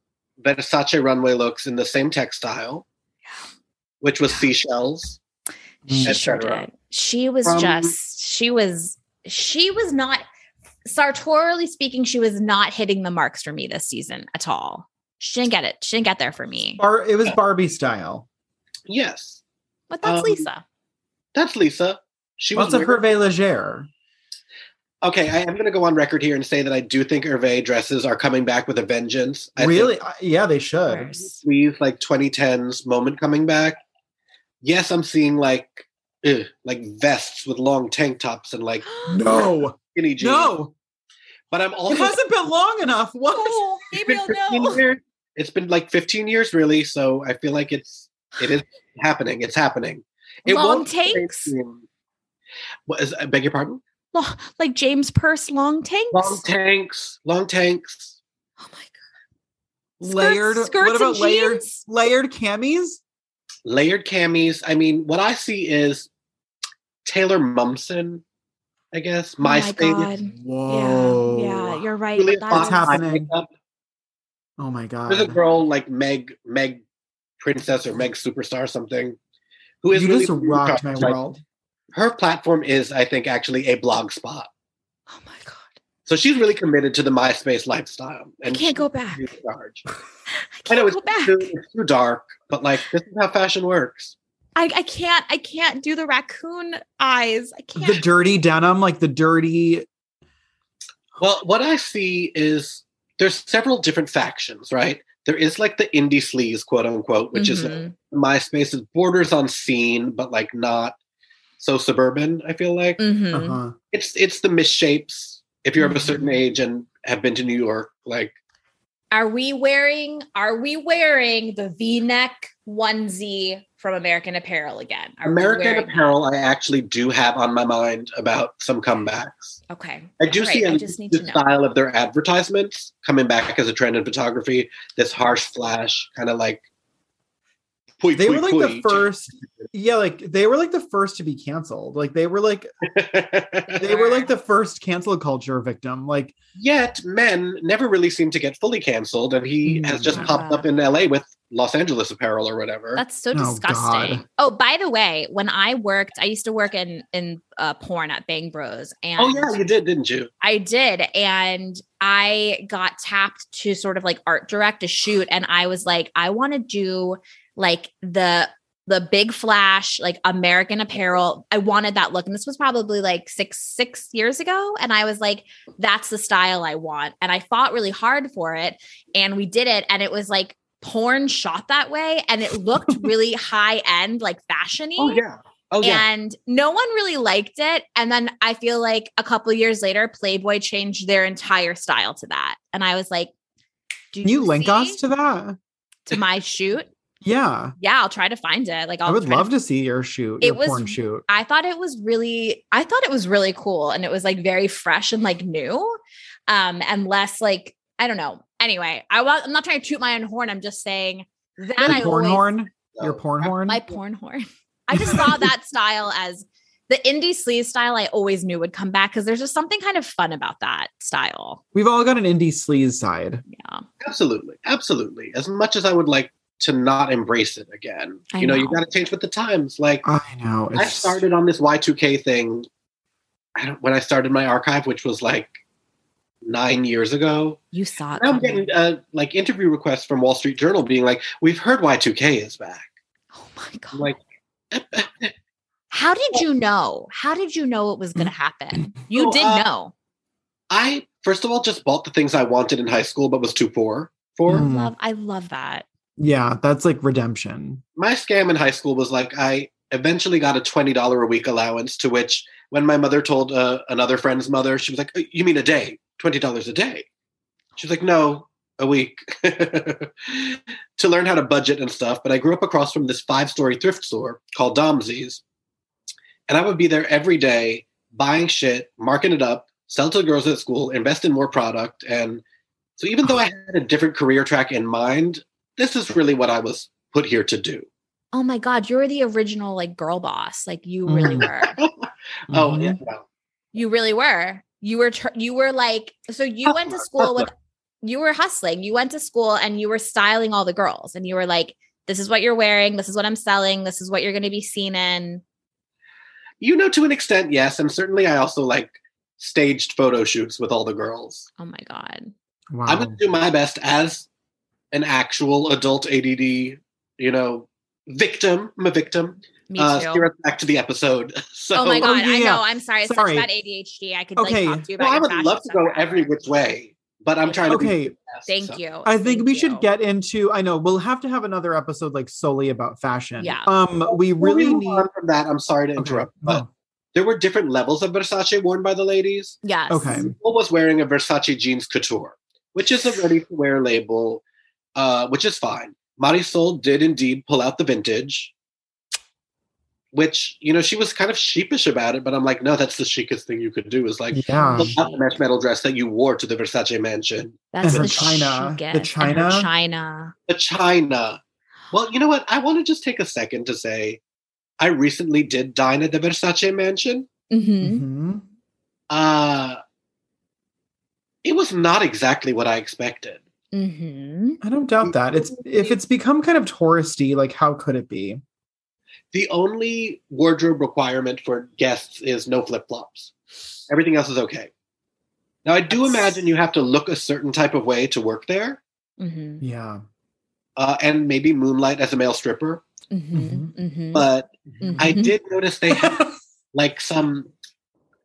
C: Versace runway looks in the same textile, which was seashells.
A: She
C: Et
A: sure
C: cetera.
A: did. She was
C: From-
A: just, she was, she was not, sartorially speaking, she was not hitting the marks for me this season at all. She didn't get it. She didn't get there for me.
B: Bar- it was Barbie style.
C: Yes,
A: But that's
C: um,
A: Lisa.
C: that's Lisa. She was
B: What's a
C: wearing-
B: Hervé Leger?
C: okay. I am going to go on record here and say that I do think Hervé dresses are coming back with a vengeance. I think
B: Really? I- yeah, they
A: Of
B: should.
A: course.
C: we've like 2010s moment coming back. Yes, I'm seeing like ugh, like vests with long tank tops and like
B: No,
C: skinny jeans.
B: no,
C: but I'm
B: it
C: also
B: hasn't been long enough. What?
A: Oh,
C: it's been
A: Gabriel,
C: 15
A: no.
C: years. It's been like 15 years, really. So I feel like it's it is happening. It's happening. It
A: Long
C: won't be the same
A: tanks?
C: thing. What is? I beg your pardon.
A: Lo- Like James Purse long tanks.
C: Long tanks. Long tanks.
A: oh my God. Skirts-
B: Layered?
A: skirts
B: what about
A: and
B: layered?
A: jeans?
B: Layered camis?
C: Layered camis. I mean, what I see is Taylor Mumsen. I guess
A: Oh my
C: MySpace.
A: God.
B: Whoa.
A: Yeah,
C: Oh,
A: yeah, you're right.
C: Julia
A: That
C: Fox
A: is-
B: What's happening?
C: eye makeup.
B: Oh my god.
C: There's a girl like Meg, Meg Princess or Meg Superstar or something, who is
B: you
C: really
B: just rocked my
C: like,
B: world.
C: Her platform is, I think, actually a blog spot.
A: Oh my God.
C: So she's really committed to the MySpace lifestyle.
A: I
C: she's
A: can't go back.
C: in charge.
A: I
C: I
A: can't
C: know it's
A: go back.
C: too, it's too dark, but like this is how fashion works.
A: I, I can't. I can't do the raccoon eyes. I can't.
B: The dirty denim, like the dirty.
C: Well, what I see is there's several different factions, right? There is like the indie sleaze, quote unquote, which is like
A: Mhm.
C: MySpace is borders on scene, but like not so suburban. I feel like
A: Mhm.
B: Uh-huh.
C: it's it's the misshapes. If you're of a certain
B: Mhm.
C: age and have been to New York, like
A: Are we wearing are we wearing the V-neck onesie from American Apparel again? Are we
C: American
A: wearing-
C: Apparel, I actually do have on my mind about some comebacks.
A: Okay.
C: I do
A: All right,
C: see
A: I
C: a-
A: just need
C: the
A: to know.
C: style of their advertisements coming back as a trend in photography. This harsh flash, kind of like pui,
B: They
C: pui,
B: were like the
C: pui.
B: first. Yeah, like they were like the first to be canceled. Like they were like they were like the first cancel culture victim. Like
C: Yet men never really seem to get fully canceled, and he has just
B: Mm.
C: popped up in LA with Los Angeles apparel or whatever.
A: That's so
B: Oh, God.
A: disgusting. Oh, by the way, when I worked, I used to work in in uh, porn at Bang Bros and
C: oh yeah, you did, didn't you?
A: I did. And I got tapped to sort of like art direct a shoot. And I was like, I want to do like the the big flash, like American apparel. I wanted that look. And this was probably like six, six years ago. And I was like, that's the style I want. And I fought really hard for it. And we did it. And it was like porn shot that way. And it looked really high end, like fashiony
C: Oh yeah, oh yeah.
A: and no one really liked it. And then I feel like a couple years later, Playboy changed their entire style to that, and I was like, "Do
B: can you link
A: see
B: us to that?
A: to my shoot?
B: Yeah.
A: Yeah, I'll try to find it. Like, I'll
B: i would
A: try
B: love to see your shoot,
A: It
B: your
A: was-
B: porn shoot.
A: I thought it was really, I thought it was really cool, and it was like very fresh and like new, um, and less like I don't know. Anyway, I was, I'm not trying to toot my own horn. I'm just saying that
B: Your
A: I
B: porn
A: always
B: horn? Your
C: So,
B: porn horn?
A: my porn horn. I just saw that style as the indie sleaze style I always knew would come back because there's just something kind of fun about that style.
B: We've all got an indie sleaze side.
A: Yeah.
C: Absolutely, absolutely. As much as I would like to not embrace it again.
A: I
C: you know,
A: know.
C: you got to change with the times. Like
B: I know.
C: I started on this Y2K thing I don't, when I started my archive, which was like nine years ago.
A: You saw it.
C: Now I'm
A: coming.
C: getting uh, like interview requests from Wall Street Journal being like, "We've heard Y2K is back."
A: oh my god.
C: I'm like,
A: How did you know? How did you know it was going to happen? You
C: Oh,
A: did
C: uh,
A: know.
C: I first of all just bought the things I wanted in high school but was too poor for.
B: Mm.
A: Love, I love that.
B: Yeah, that's like redemption.
C: My scam in high school was like I eventually got a twenty dollar a week allowance, to which when my mother told uh, another friend's mother, she was like, "Uh, "You mean a day? Twenty dollars a day?" She was like, "No, a week." to learn how to budget and stuff. But I grew up across from this five story thrift store called Domsey's, and I would be there every day buying shit, marking it up, sell to the girls at school, invest in more product, and so even though I had a different career track in mind, this is really what I was put here to do.
A: Oh my god, you were the original like girl boss. Like you really
C: Mm-hmm.
A: were.
C: Oh,
B: Mhm.
C: yeah. well,
A: You really were. You were tr- you were like so you went to
C: Hustler,
A: school with you were hustling. You went to school and you were styling all the girls and you were like this is what you're wearing, this is what I'm selling, this is what you're going to be seen in.
C: You know, to an extent, yes. And certainly I also like staged photo shoots with all the girls.
A: Oh my god.
B: Mm-hmm. Wow.
C: I'm going to do my best as an actual adult ADD, you know, victim. I'm a victim.
A: Me too.
C: Uh, steer us back to the episode. So,
A: oh my
B: Oh,
A: god,
B: yeah,
A: I
B: yeah.
A: know. I'm sorry. It's
B: Sorry.
A: such bad ADHD. I could
B: Okay.
A: like talk to you about
C: Well, I
A: your
C: would
A: fashion
C: love to
A: stuff
C: go
A: forever.
C: every which way, but I'm trying to be
B: okay.
C: the best,
A: Thank
C: so.
A: you.
B: I think
A: Thank
B: we
A: you.
B: should get into. I know we'll have to have another episode like solely about fashion.
A: Yeah.
B: Um, we
C: Before we
B: really
C: move
B: need.
C: on from that. I'm sorry to
B: Okay,
C: interrupt, but
B: no,
C: there were different levels of Versace worn by the ladies.
A: Yes.
B: Oh, Okay.
C: Nicole was wearing a Versace jeans couture, which is a ready to wear label, uh, which is fine. Marisol did indeed pull out the vintage, which, you know, she was kind of sheepish about it, but I'm like, no, that's the chicest thing you could do is like
B: Yeah.
C: pull out the mesh metal dress that you wore to the Versace mansion.
A: That's
B: And her
A: the
B: China-
A: China.
B: the China-
A: China. China.
C: The China. Well, you know what? I want to just take a second to say I recently did dine at the Versace mansion.
A: hmm
B: Mhm.
C: Uh, it was not exactly what I expected.
A: hmm
B: I don't doubt that. It's if it's become kind of touristy, like how could it be?
C: The only wardrobe requirement for guests is no flip flops. Everything else is okay. Now, I do
A: That's-
C: imagine you have to look a certain type of way to work there,
A: hmm
B: Yeah.
C: uh, and maybe moonlight as a male stripper.
A: hmm hmm
C: But I
A: Mhm.
C: did notice they had like some,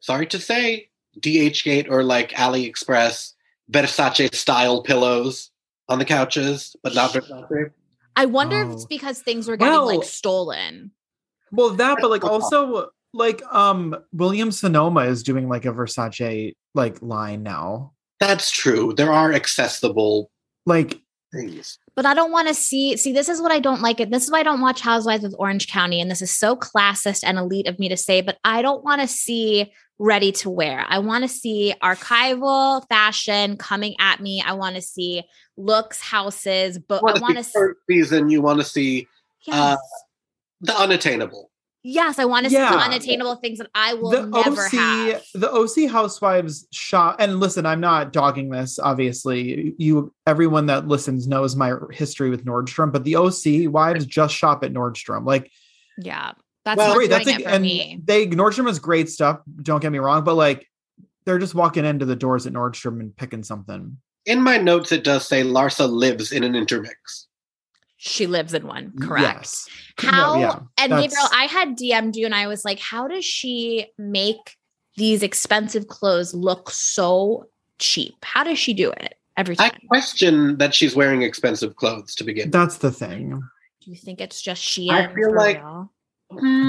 C: sorry to say, DHgate or like AliExpress Versace style pillows on the couches, but not Versace.
A: I wonder if
B: Oh.
A: it's because things were getting
B: Well-
A: like stolen.
B: Well, that, but
A: uh
B: like also like um William Sonoma is doing like a Versace like line now.
C: That's true. There are accessible
B: Like
C: things.
A: But I don't want to see. See, this is what I don't like. It. This is why I don't watch Housewives of Orange County. And this is so classist and elite of me to say. But I don't want to see ready to wear. I want to see archival fashion coming at me. I want to see looks, houses, but I want to.
C: see first season. You want to see
A: Yes.
C: uh, the unattainable.
A: Yes, I want to see
B: Yeah.
A: the unattainable things that I will
B: the
A: never
B: OC
A: have.
B: the OC Housewives shop and listen, I'm not dogging this, obviously. You everyone that listens knows my history with Nordstrom, but the OC wives just shop at Nordstrom. Like
A: Yeah, that's
C: Well,
A: well,
B: great,
A: doing
B: that's
A: it
B: like,
A: for
B: and
A: me.
B: they Nordstrom is great stuff, don't get me wrong, but like they're just walking into the doors at Nordstrom and picking something.
C: In my notes, it does say Larsa lives in an intermix.
A: She lives in one, correct?
B: Yes. No,
A: How
B: yeah,
A: and
B: that's-
A: Gabriel, I had DM'd you, and I was like, "How does she make these expensive clothes look so cheap? How does she do it every
C: I
A: time?
C: question that she's wearing expensive clothes to begin. with.
B: That's the thing.
A: do you think it's just she?
C: I feel like-
B: I
C: Hmm,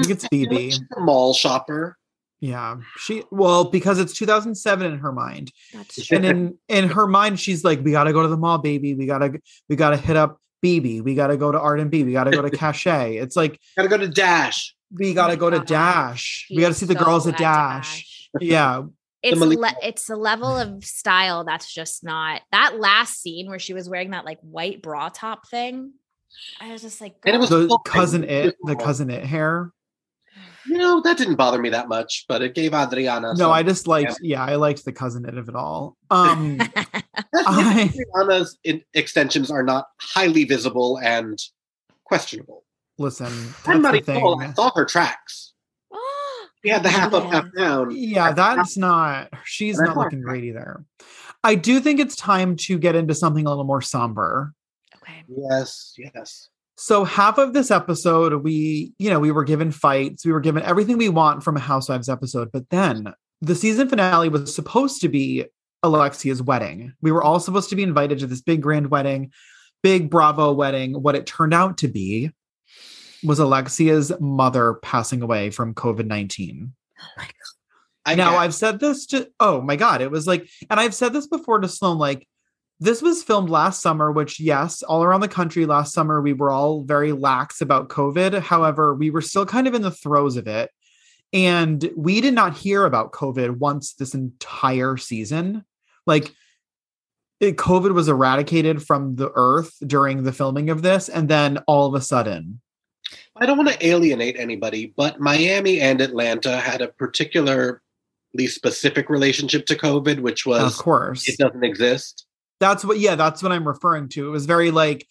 B: think it's
C: you know,
B: BB.
C: she's a mall shopper.
B: Yeah. She well, because it's 2007 in her mind.
A: that's true.
B: And in in her mind she's like we got to go to the mall baby. We got to we got to hit up BB. We got to go to R&B. We got to go to Cachet. It's like
C: Gotta go to Dash.
B: we got to
A: my
B: go to
A: God.
B: Dash. We got to see the
A: She's so
B: girls at Dash. Yeah.
A: It's
C: Malika
A: le- it's a level of style that's just not that last scene where she was wearing that like white bra top thing. I was just like,
C: And it was
A: "Girl,
B: The
C: full-
B: cousin it, the cousin it hair.
C: You know that didn't bother me that much, but it gave Adriana.
B: No,
C: some-
B: I just liked yeah, I liked the cousin it of it all. Um
C: That's-
B: I
C: Adriana's in- extensions are not highly visible and questionable.
B: Listen,
C: I'm
B: that's
C: not
B: the
C: even told, I
B: thing.
C: saw her tracks. She had the half up,
A: Yeah.
C: half down.
B: Yeah, that's not. She's
C: That's
B: not
C: not
B: looking
C: right.
B: great either. I do think it's time to get into something a little more somber.
A: okay.
C: Yes, yes.
B: So half of this episode, we, you know, we were given fights, we were given everything we want from a Housewives episode. But then the season finale was supposed to be Alexia's wedding. We were all supposed to be invited to this big grand wedding, big Bravo wedding. What it turned out to be was Alexia's mother passing away from COVID 19.
C: I
B: now
C: guess.
B: I've said this to oh my god, it was like, and I've said this before to Sloan, like this was filmed last summer, which yes, all around the country last summer we were all very lax about COVID. However, we were still kind of in the throes of it. And we did not hear about COVID once this entire season. Like it, COVID was eradicated from the earth during the filming of this, and then all of a sudden,
C: I don't want to alienate anybody, but Miami and Atlanta had a particularly specific relationship to COVID, which
B: of
C: was
B: course,
C: it doesn't exist.
B: That's what, yeah, that's what I'm referring to. It was very like,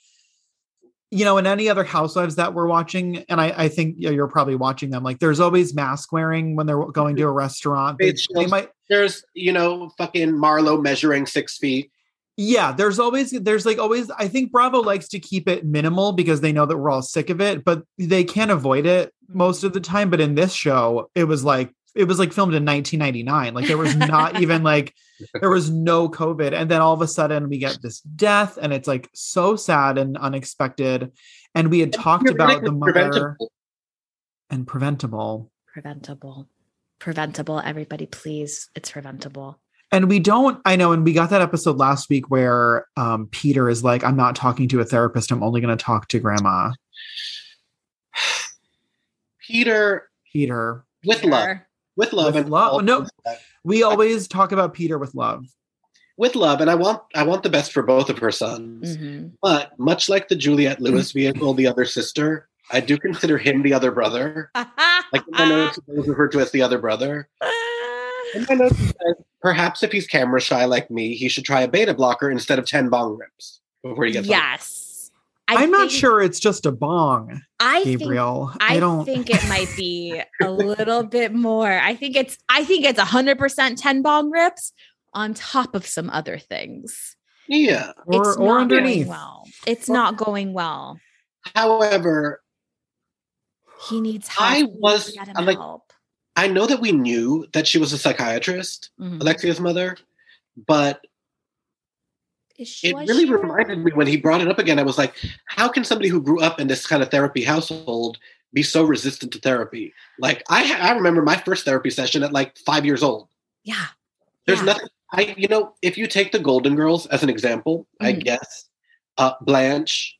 B: you know, in any other housewives that we're watching, and I, I think you know, you're probably watching them, like there's always mask wearing when they're going to a restaurant. They,
C: Face
B: they
C: shields.
B: might,
C: There's, you know, fucking Marlo measuring six feet.
B: yeah, there's always, there's like always, I think Bravo likes to keep it minimal because they know that we're all sick of it, but they can't avoid it most of the time. But in this show, it was like, it was like filmed in 1999. Like there was not even like, there was no COVID. And then all of a sudden we get this death and it's like so sad and unexpected. And we had talked about the mother
C: Preventable.
B: and preventable.
A: Preventable. Preventable. Everybody, please. It's preventable.
B: And we don't, I know, and we got that episode last week where um, Peter is like, I'm not talking to a therapist. I'm only going to talk to grandma.
C: Peter
B: Peter,
C: with love,
A: Sure.
C: with love,
B: With
C: and
B: love.
C: all-
B: No. we always talk about Peter with love.
C: with love, and I want, I want the best for both of her sons.
A: Mhm.
C: But much like the Juliet Lewis vehicle, the other sister, I do consider him the other brother. Like in my
A: Uh,
C: notes, it was referred to as the other brother. In my notes, it says, perhaps if he's camera shy like me, he should try a beta blocker instead of ten bong rips before he gets. on.
A: yes. I
B: I'm not
A: think-
B: sure it's just a bong,
A: I think
B: Gabriel.
A: I,
B: I, don't.
A: think it might be a little bit more. I think it's I think it's hundred percent ten bomb rips on top of some other things.
C: Yeah.
B: or
A: it's
B: or
A: not going
B: underneath.
A: well. It's
B: Or-
A: not going well.
C: However,
A: He needs help.
C: I
A: We need to
C: was-
A: get him
C: I'm like-
A: help.
C: I know that we knew that she was a psychiatrist,
A: Mhm.
C: Alexia's mother, but
A: Is she-
C: it
A: was
C: really
A: she-
C: reminded me when he brought it up again. I was like, how can somebody who grew up in this kind of therapy household be so resistant to therapy? Like, I ha- I remember my first therapy session at like five years old.
A: Yeah.
C: There's
A: Yeah.
C: nothing. I you know, if you take the Golden Girls as an example, I
A: Mhm.
C: guess uh, Blanche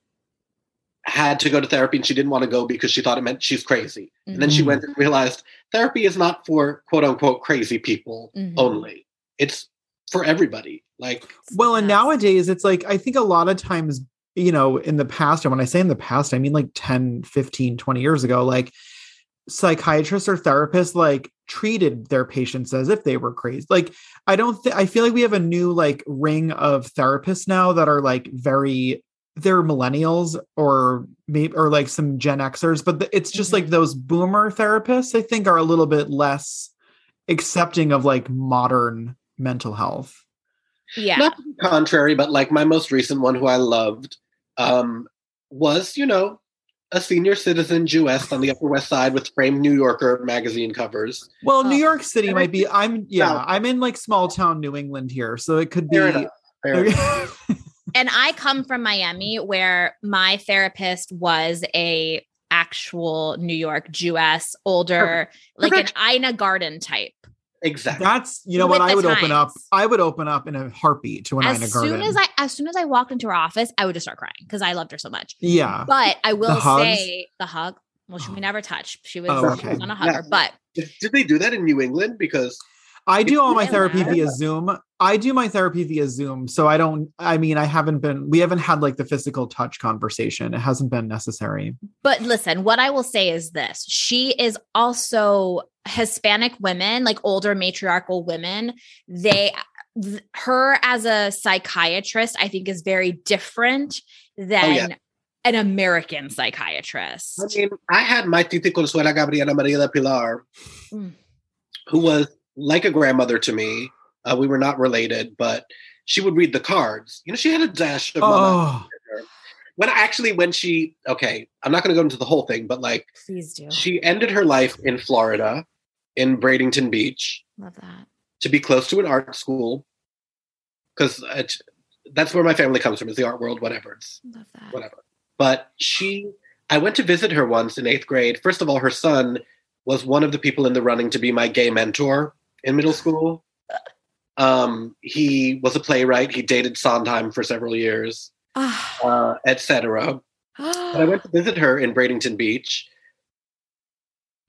C: had to go to therapy and she didn't want to go because she thought it meant she's crazy. And then she
B: Mhm.
C: went and realized therapy is not for quote unquote crazy people
A: Mhm.
C: only. It's for everybody. Like
B: Well, and
A: Mm-hmm. Yes.
B: nowadays it's like I think a lot of times, you know, in the past, and when I say in the past, I mean like 10, 15, 20 years ago, like psychiatrists or therapists like treated their patients as if they were crazy. Like I don't think I feel like we have a new like ring of therapists now that are like very they're millennials or maybe or like some Gen Xers, but the, it's just
A: Mhm.
B: like those boomer therapists I think are a little bit less accepting of like modern mental health.
A: yeah.
C: not to the contrary, but like my most recent one who I loved um, was, you know, a senior citizen Jewess on the Upper West Side with framed New Yorker magazine covers.
B: Well, New
A: Oh.
B: York City might be. I'm yeah,
C: Well-
B: I'm in like small town New England here, so it could be.
C: Fair enough. Fair enough.
A: and I come from Miami where my therapist was a actual New York Jewess, older, like an Ina Garden type.
C: Exactly.
B: That's you know
A: With
B: what I
A: the
B: would open up.
A: times.
B: I would open up in a heartbeat to an
A: as
B: Ina
A: soon
B: Garden.
A: as I as soon as I walked into her office, I would just start crying because I loved her so much.
B: yeah,
A: But I will
B: hugs?
A: say the hug. Well, she, we never touched. She was,
B: Oh,
A: she was
B: okay.
A: on a hugger,
C: Yeah.
A: but
C: Did they do that in New England? Because
B: I do all my
A: Isn't
B: therapy
A: that-
B: via Zoom. I do my therapy via Zoom, so I don't. I mean, I haven't been. We haven't had like the physical touch conversation. It hasn't been necessary.
A: But listen, what I will say is this she is also Hispanic women, like older matriarchal women. They, th-
C: Oh,
A: her as a psychiatrist, I think is very different than an American psychiatrist.
C: I mean, I had my Titi Consuela Gabriela Maria de Pilar,
A: Mm.
C: who was like a grandmother to me. Uh, we were not related, but she would read the cards. You know, she had a dash of mama.
B: Oh,
C: When I actually, when she, okay, I'm not going to go into the whole thing, but like
A: Please do.
C: she ended her life in Florida, in Bradenton Beach,
A: Love that.
C: to be close to an art school, because that's where my family comes from, is the art world, whatever. It's
A: Love that.
C: whatever. But she, I went to visit her once in eighth grade. First of all, her son was one of the people in the running to be my gay mentor in middle school. Um, he was a playwright. He dated Sondheim for several years,
A: Ah.
C: uh, etc. But I went to visit her in Bradenton Beach,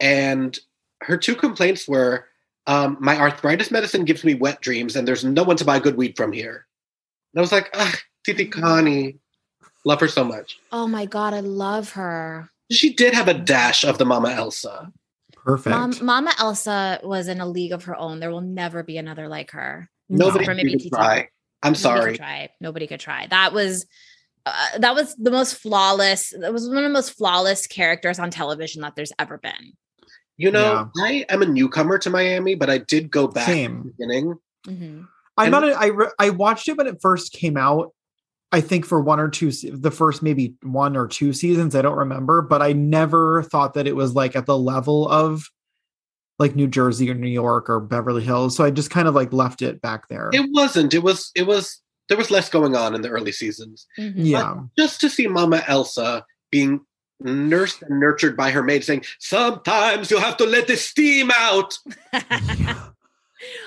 C: and her two complaints were, um, "My arthritis medicine gives me wet dreams, and there's no one to buy good weed from here." And I was like, "Ah, Titi Connie, love her so much."
A: oh my God, I love her.
C: She did have a dash of the Mama Elsa.
B: perfect.
A: Mom, Mama Elsa was in a league of her own. There will never be another like her.
C: Nobody
A: Except for
C: could
A: maybe
C: even
A: Titi.
C: try. I'm
A: Nobody
C: sorry.
A: could try. Nobody could try. That was uh, that was the most flawless. That was one of the most flawless characters on television that there's ever been.
C: You know, I am a newcomer to Miami, but I did go back
B: Same.
C: in the beginning.
A: Mhm.
B: I'm
C: And-
B: not. A, I re- I watched it when it first came out. I think for one or two, se- the first maybe one or two seasons, I don't remember, but I never thought that it was like at the level of like New Jersey or New York or Beverly Hills. So I just kind of like left it back there.
C: It wasn't. It was it was there was less going on in the early seasons.
A: Mhm.
B: yeah,
C: Just to see Mama Elsa being nursed and nurtured by her maid saying, Sometimes you have to let the steam out.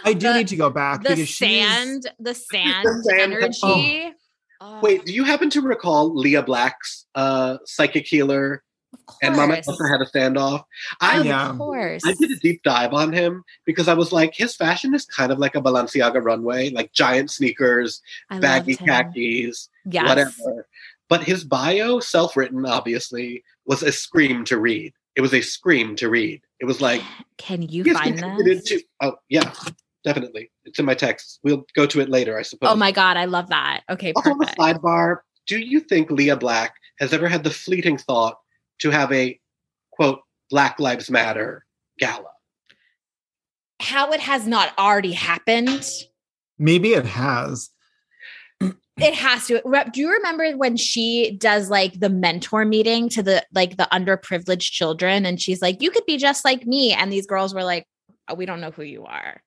B: I do
A: The-
B: need to go back
A: the
B: because she's-
A: sand, the sand,
C: sand.
A: energy. Oh,
C: Wait, do you happen to recall Leah Black's uh psychic healer
A: of
C: and Mama
A: course.
C: Elsa had a standoff? I
A: Of
B: Yeah.
A: course.
C: I did a deep dive on him because I was like, his fashion is kind of like a Balenciaga runway, like giant sneakers,
A: I loved
C: baggy
A: him.
C: khakis,
A: Yes.
C: whatever. But his bio, self written, obviously, was a scream to read. It was a scream to read. It was like,
A: Can you
C: yes,
A: find
C: contributed
A: that?
C: to- Oh, yeah, definitely. It's in my text. We'll go to it later, I suppose.
A: Oh my god, I love that. Okay,
C: Also, on the
A: perfect.
C: sidebar, do you think Leah Black has ever had the fleeting thought to have a quote, Black Lives Matter gala?
A: How it has not already happened.
B: maybe it has.
A: It has to. Re- Do you remember when she does like the mentor meeting to the like the underprivileged children, and she's like, "You could be just like me," and these girls were like, "Oh, "We don't know who you are."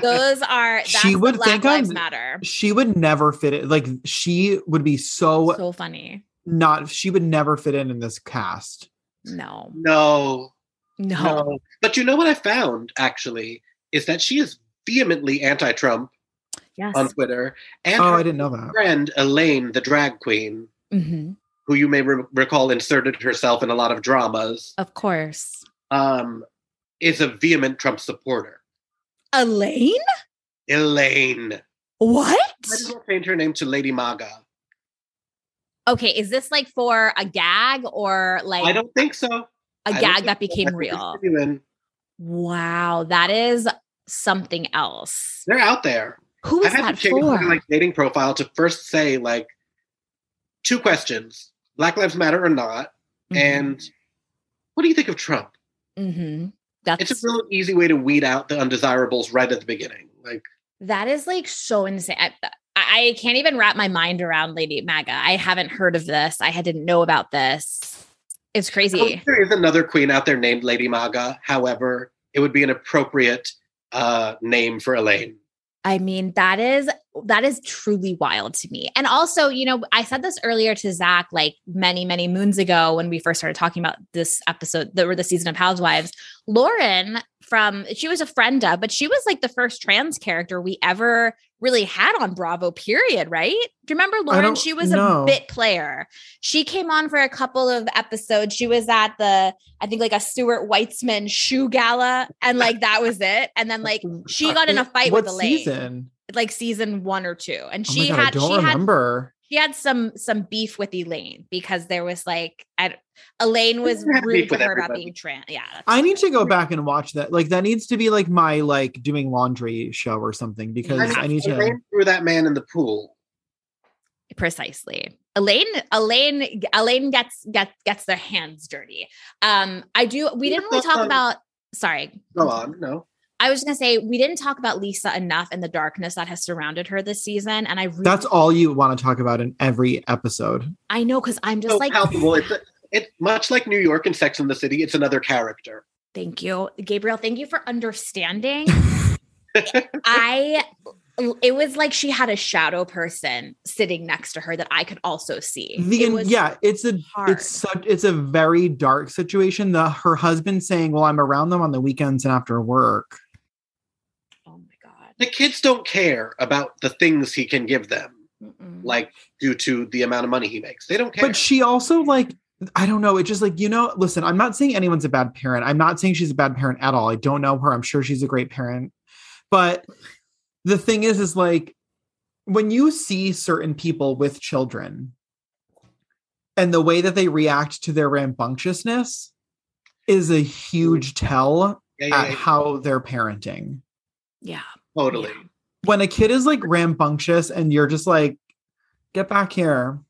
A: Those are that's
B: She
A: the
B: would
A: Black
B: think I'm-
A: Lives Matter.
B: She would never fit it. Like she would be so
A: So funny.
B: not. She would never fit in in this cast.
A: No,
C: no.
A: no.
C: No. But you know what I found actually is that she is vehemently anti-Trump
A: Yes.
C: on Twitter, and
B: Oh,
C: her
B: I didn't know that.
C: friend Elaine, the drag queen,
A: Mhm.
C: who you may re- recall inserted herself in a lot of dramas,
A: Of course,
C: um, is a vehement Trump supporter.
A: Elaine.
C: Elaine.
A: What?
C: I just want to change her name to Lady Maga.
A: Okay, is this like for a gag or like
C: I don't think so.
A: a
C: I
A: gag
C: don't
A: that
C: think so. I
A: became
C: think it's
A: real?
C: genuine.
A: Wow, that is something else.
C: They're out there.
A: Who is
C: I've had
A: that
C: to change
A: for?
C: my like dating profile to first say like two questions: Black Lives Matter or not,
A: Mm-hmm.
C: and what do you think of Trump?
A: hmm that's
C: It's a real easy way to weed out the undesirables right at the beginning. Like
A: that is like so insane. I, uh, I I can't even wrap my mind around Lady Maga. I haven't heard of this. I had- didn't know about this.
C: Oh,
A: It's crazy.
C: there is another queen out there named Lady Maga. However, it would be an appropriate uh, name for Elaine.
A: I mean, that is that is truly wild to me. And also, you know, I said this earlier to Zach, like many, many moons ago when we first started talking about this episode that were the season of Housewives. Lauren from she was a friend of, but she was like the first trans character we ever really had on Bravo, period, right? Do you remember Lauren?
B: don't
A: She was
B: know.
A: a bit player. She came on for a couple of episodes. She was at the, I think like a Stuart Weitzman shoe gala, and like that was it. And then like she got in a fight
B: Uh, what
A: with Elaine
B: season?
A: like season one or two, and
B: Oh my
A: she
B: God, I
A: had
B: don't
A: she had
B: remember.
A: she had some some beef with Elaine because there was like I, Elaine was
C: You have
A: rude
C: beef
A: to
C: with
A: her about
C: everybody.
A: being trans. Yeah, that's
B: I
A: what
B: need
A: it
B: to go
A: was.
B: back and watch that. Like that needs to be like my like doing laundry show or something because
A: Yeah.
B: I need to.
C: Elaine threw that man in the pool.
A: precisely. Elaine, Elaine, Elaine gets gets gets their hands dirty. Um, I do. We didn't really talk about. Sorry,
C: Go on. No.
A: I was gonna say we didn't talk about Lisa enough in the darkness that has surrounded her this season, and I really,
B: That's all you want to talk about in every episode.
A: I know because I'm just
C: so
A: like
C: palpable. It's it much like New York and Sex in the City. It's another character.
A: Thank you, Gabriel. Thank you for understanding. I, it was like she had a shadow person sitting next to her that I could also see.
B: The
A: it was
B: yeah, it's a
A: hard.
B: it's such it's a very dark situation. The her husband saying, "Well, I'm around them on the weekends and after work."
A: oh my
C: The kids don't care about the things he can give them,
A: god. Mm-mm.
C: like due to the amount of money he makes. They don't care.
B: But she also like I don't know. It's just like you know. Listen, I'm not saying anyone's a bad parent. I'm not saying she's a bad parent at all. I don't know her. I'm sure she's a great parent. But the thing is, is like when you see certain people with children and the way that they react to their rambunctiousness is a huge tell
C: yeah, yeah,
B: at
A: Ah.
C: yeah,
B: how they're parenting.
A: Yeah.
C: totally.
B: When a kid is like rambunctious and you're just like, get back here.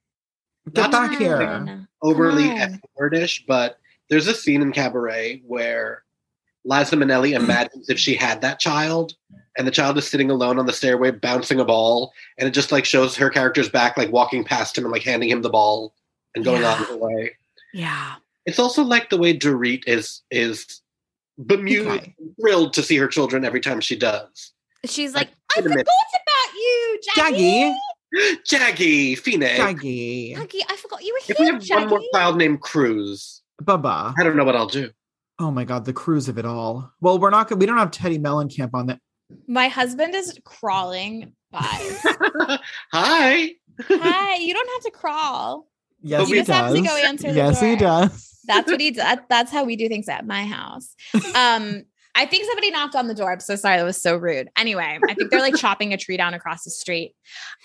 B: Get
C: That's
B: back
A: Come
B: here.
A: on.
C: Overly
A: No.
C: F-wordish, but there's a scene in Cabaret where Liza Minnelli imagines if she had that child, and the child is sitting alone on the stairway bouncing a ball, and it just like shows her character's back, like walking past him and like handing him the ball and going
A: Yeah.
C: on her way.
A: Yeah.
C: It's also like the way Dorit is is bemused,
B: Okay.
C: thrilled to see her children every time she does.
A: She's
C: Like,
A: like, I
C: wait a
A: forgot
C: minute.
A: about you, Jackie.
B: Jaggy.
C: Jaggy, Phoenix.
B: Jaggy.
A: Jackie, I forgot you were
C: If we
A: here,
C: have one more
A: Jackie.
C: child named Cruz,
B: Bubba.
C: I don't know what I'll do.
B: Oh my god, the cruise of it all. Well, we're not gonna we don't have Teddy Mellencamp on that.
A: My husband is crawling by.
C: Hi.
A: Hi, you don't have to crawl.
B: Yes,
C: But we
B: he
C: just
A: have
B: does.
A: to go answer the
B: yes, he
A: door.
B: does.
A: That's what he does. That's how we do things at my house. Um, I think somebody knocked on the door. I'm so sorry. That was so rude. Anyway, I think they're like chopping a tree down across the street.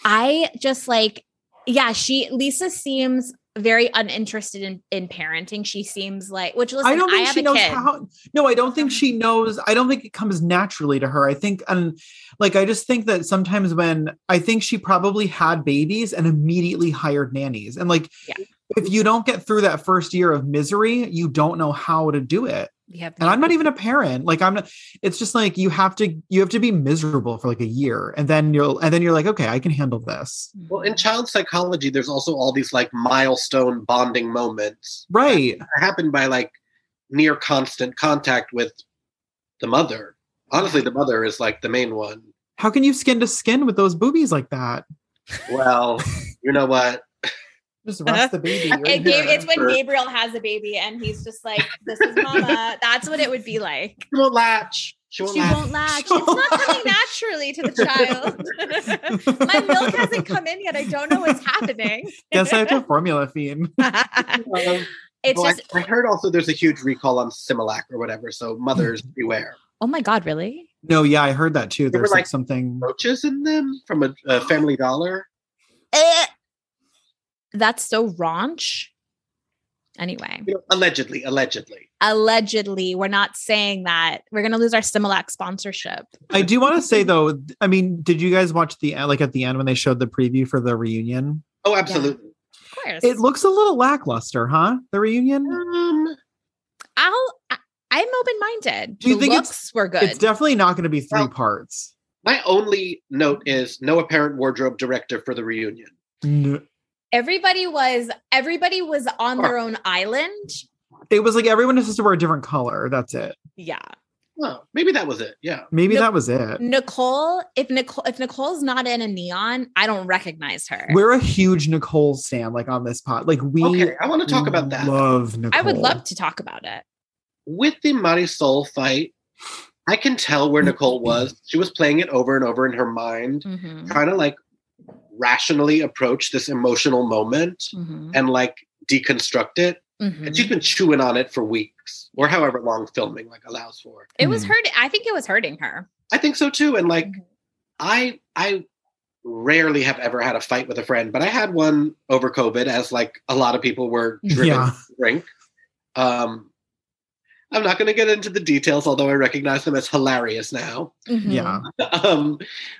A: I just like, yeah, she, Lisa seems very uninterested in, in parenting. She seems like, which listen,
B: I don't think
A: have
B: she
A: a
B: knows
A: kid.
B: how. No, I don't think she knows. I don't think it comes naturally to her. I think, and like, I just think that sometimes when I think she probably had babies and immediately hired nannies. And like,
A: Yeah.
B: if you don't get through that first year of misery, you don't know how to do it.
A: We have
B: And I'm not even a parent. Like, I'm not, it's just like you have to, you have to be miserable for like a year. And then you'll, and then you're like, okay, I can handle this.
A: Mm-hmm.
C: Well, in child psychology, there's also all these like milestone bonding moments
B: Right.
C: that happen by like near constant contact with the mother. Honestly, the mother is like the main one.
B: How can you skin to skin with those boobies like that?
C: Well, you know what?
B: Just rest the baby. You're
A: It
B: in
A: gave,
B: here.
A: it's when Gabriel has a baby and he's just like, "This is mama." That's what it would be like.
C: She won't latch. She won't
A: She
C: latch.
A: won't latch. It's
B: She won't
A: not coming naturally to the child. My milk hasn't come in yet. I don't know what's happening.
B: Guess I have to formula feed.
C: Um,
A: it's
C: well, I-
A: just.
C: I, heard also there's a huge recall on Similac or whatever. So mothers beware.
A: Oh my god! Really?
B: No, yeah, I heard that too.
C: They were
B: There's like,
C: like-
B: something.
C: Roaches in them from a, a Family Dollar.
B: Eh.
A: That's so raunch. Anyway,
C: You know, allegedly, allegedly.
A: allegedly, we're not saying that. We're gonna lose our Similac sponsorship.
B: I do want to say though. I mean, did you guys watch the like at the end when they showed the preview for the reunion?
C: Oh, absolutely.
A: Of course.
B: It looks a little lackluster, huh? The reunion.
C: Um,
A: I'll. I, I'm open-minded.
B: Do you
A: the
B: think it's-
A: looks were good?
B: It's definitely not going to be three
C: Well-
B: parts.
C: my only note is no apparent wardrobe director for the reunion.
B: N-
A: everybody was everybody was on their own island
B: It was like everyone is supposed to wear a different color. That's it.
A: yeah
C: Oh, maybe that was it. Yeah.
B: Maybe
A: Nope.
B: that was it.
A: nicole if nicole if nicole's not in a neon i don't recognize her
B: We're a huge Nicole stand, like on this pod. Like we
C: Okay, I want to talk about that.
B: Love Nicole.
A: i would love to talk about it
C: With the Marisol fight, I can tell where Nicole was. She was playing it over and over in her mind,
B: Mm-hmm.
A: Mhm,
C: trying to like rationally approach this emotional moment
A: mhm,
C: and like deconstruct it. And
A: mhm.
C: she's been chewing on it for weeks or however long filming like allows for.
A: it was
B: Mhm.
A: hurting i think it was hurting her
C: I think so too. And
B: Mm-hmm.
C: like
A: Mhm.
C: I I rarely have ever had a fight with a friend, but I had one over COVID as like a lot of people were driven
B: Yeah.
C: to drink. Um I'm not gonna get into the details, although I recognize them as hilarious now.
B: Mm-hmm.
A: Mhm.
B: Yeah.
C: um,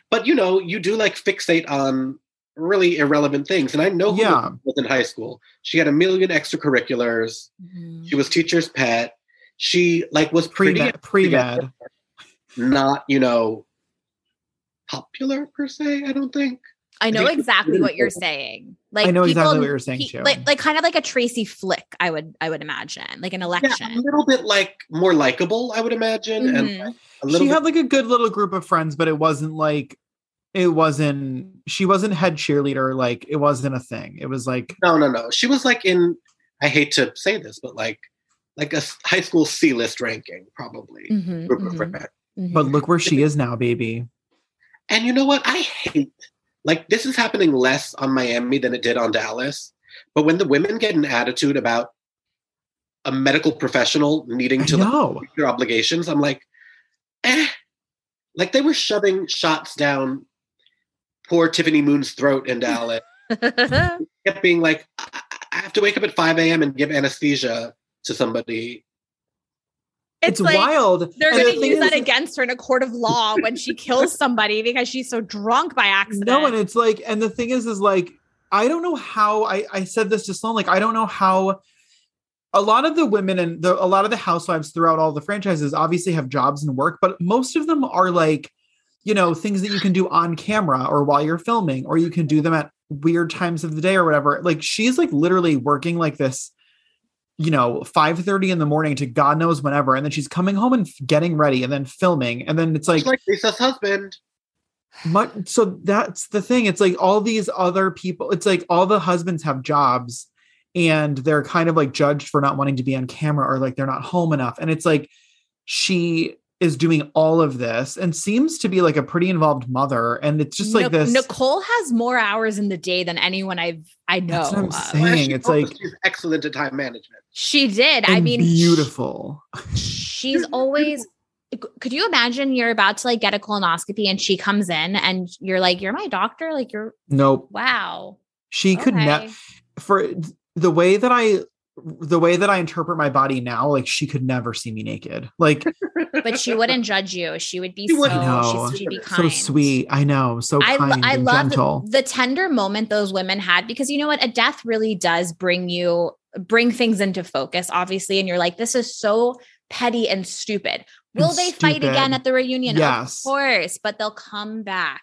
C: but you know, you do like fixate on really irrelevant things. And I know who
B: Yeah.
C: was in high school. She had a million extracurriculars.
A: Mhm.
C: She was teacher's pet. She like was
B: pre
C: pretty
B: med, pre med.
C: not, you know, popular per se, I don't think.
A: I know
C: think-
A: exactly what you're saying. Like
B: I know
A: people-
B: exactly what you're saying,
A: pe-
B: too.
A: Like, like kind of like a Tracy Flick, I would I would imagine, like an
C: Yeah,
A: election.
C: a little bit like more likable, I would imagine. And
A: Mhm.
C: a
B: She
C: little bit
B: had like a good little group of friends, but it wasn't like it wasn't. She wasn't head cheerleader. Like it wasn't a thing. It was like
C: No, no, no. She was like in. I hate to say this, but like, like a s- high school C list ranking probably.
A: Mhm,
C: group of
A: mhm,
C: friends.
A: mhm.
B: But look where she is now, baby.
C: And you know what? I hate. Like this is happening less on Miami than it did on Dallas. But when the women get an attitude about a medical professional needing
B: I
C: to like,
B: know.
C: meet their obligations, I'm like, eh. Like they were shoving shots down poor Tiffany Moon's throat in Dallas.
A: Mm-hmm.
C: kept being like, I, I- I have to wake up at 5 a.m. and give anesthesia to somebody.
B: It's,
A: like
B: wild.
A: They're
B: And the
A: going to
B: thing
A: use
B: is-
A: that against her in a court of law when she kills somebody because she's so drunk by accident.
B: No, and it's like, and the thing is, is like, I don't know how I, I said this to Sloan, like, I don't know how a lot of the women and the, a lot of the housewives throughout all the franchises obviously have jobs and work, but most of them are like, you know, things that you can do on camera or while you're filming, or you can do them at weird times of the day or whatever. Like, she's like literally working like this you know 5:30 in the morning to god knows whenever and then she's coming home and f- getting ready and then filming and then it's like
C: Like, like Lisa's husband.
B: much so that's the thing it's like all these other people it's like all the husbands have jobs and they're kind of like judged for not wanting to be on camera or like they're not home enough and it's like she is doing all of this and seems to be like a pretty involved mother and it's just like
A: Nic-
B: this
A: Nicole has more hours in the day than anyone I've I know.
B: That's what I'm
A: of.
B: saying. Dang, it's
C: knows
B: like-
C: she's excellent at time management.
A: She did. I
B: and
A: mean,
B: beautiful
A: she's always could you imagine you're about to like get a colonoscopy and she comes in and you're like you're my doctor like you're
B: nope
A: wow
B: she could never
A: okay.
B: for the way that i the way that i interpret my body now like she could never see me naked like
A: but she wouldn't judge you she would be
C: She
A: so
C: wouldn't.
B: No.
A: she's, she'd be
B: so
A: kind
B: sweet i know so
A: I, lo-
B: kind
A: I
B: and
A: love
B: gentle
A: the tender moment those women had because you know what a death really does bring you bring things into focus obviously and you're like this is so petty and stupid will they fight
B: stupid.
A: again at the reunion
B: Yes.
A: of course but they'll come back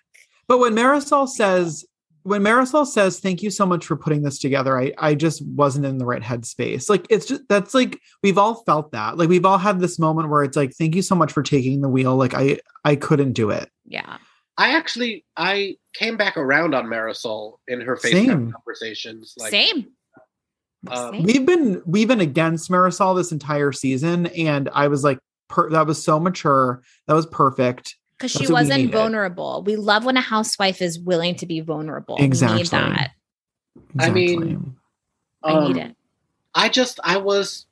B: But when Marisol says, when Marisol says, thank you so much for putting this together, I, I just wasn't in the right headspace. Like, it's just, that's like, we've all felt that. Like, we've all had this moment where it's like, thank you so much for taking the wheel. Like, I, I couldn't do it.
A: yeah
C: I actually I came back around on Marisol in her
B: Same.
C: FaceTime conversations. Like
A: same
C: um,
A: Same.
B: We've been, we've been against Marisol this entire season. And I was like, per, that was so mature. That was perfect.
A: because she
B: That's what we
A: wasn't
B: needed.
A: vulnerable. We love when a housewife is willing to be vulnerable. We
B: Exactly.
A: need that.
C: I mean,
A: I need
C: um,
A: it.
C: I just I was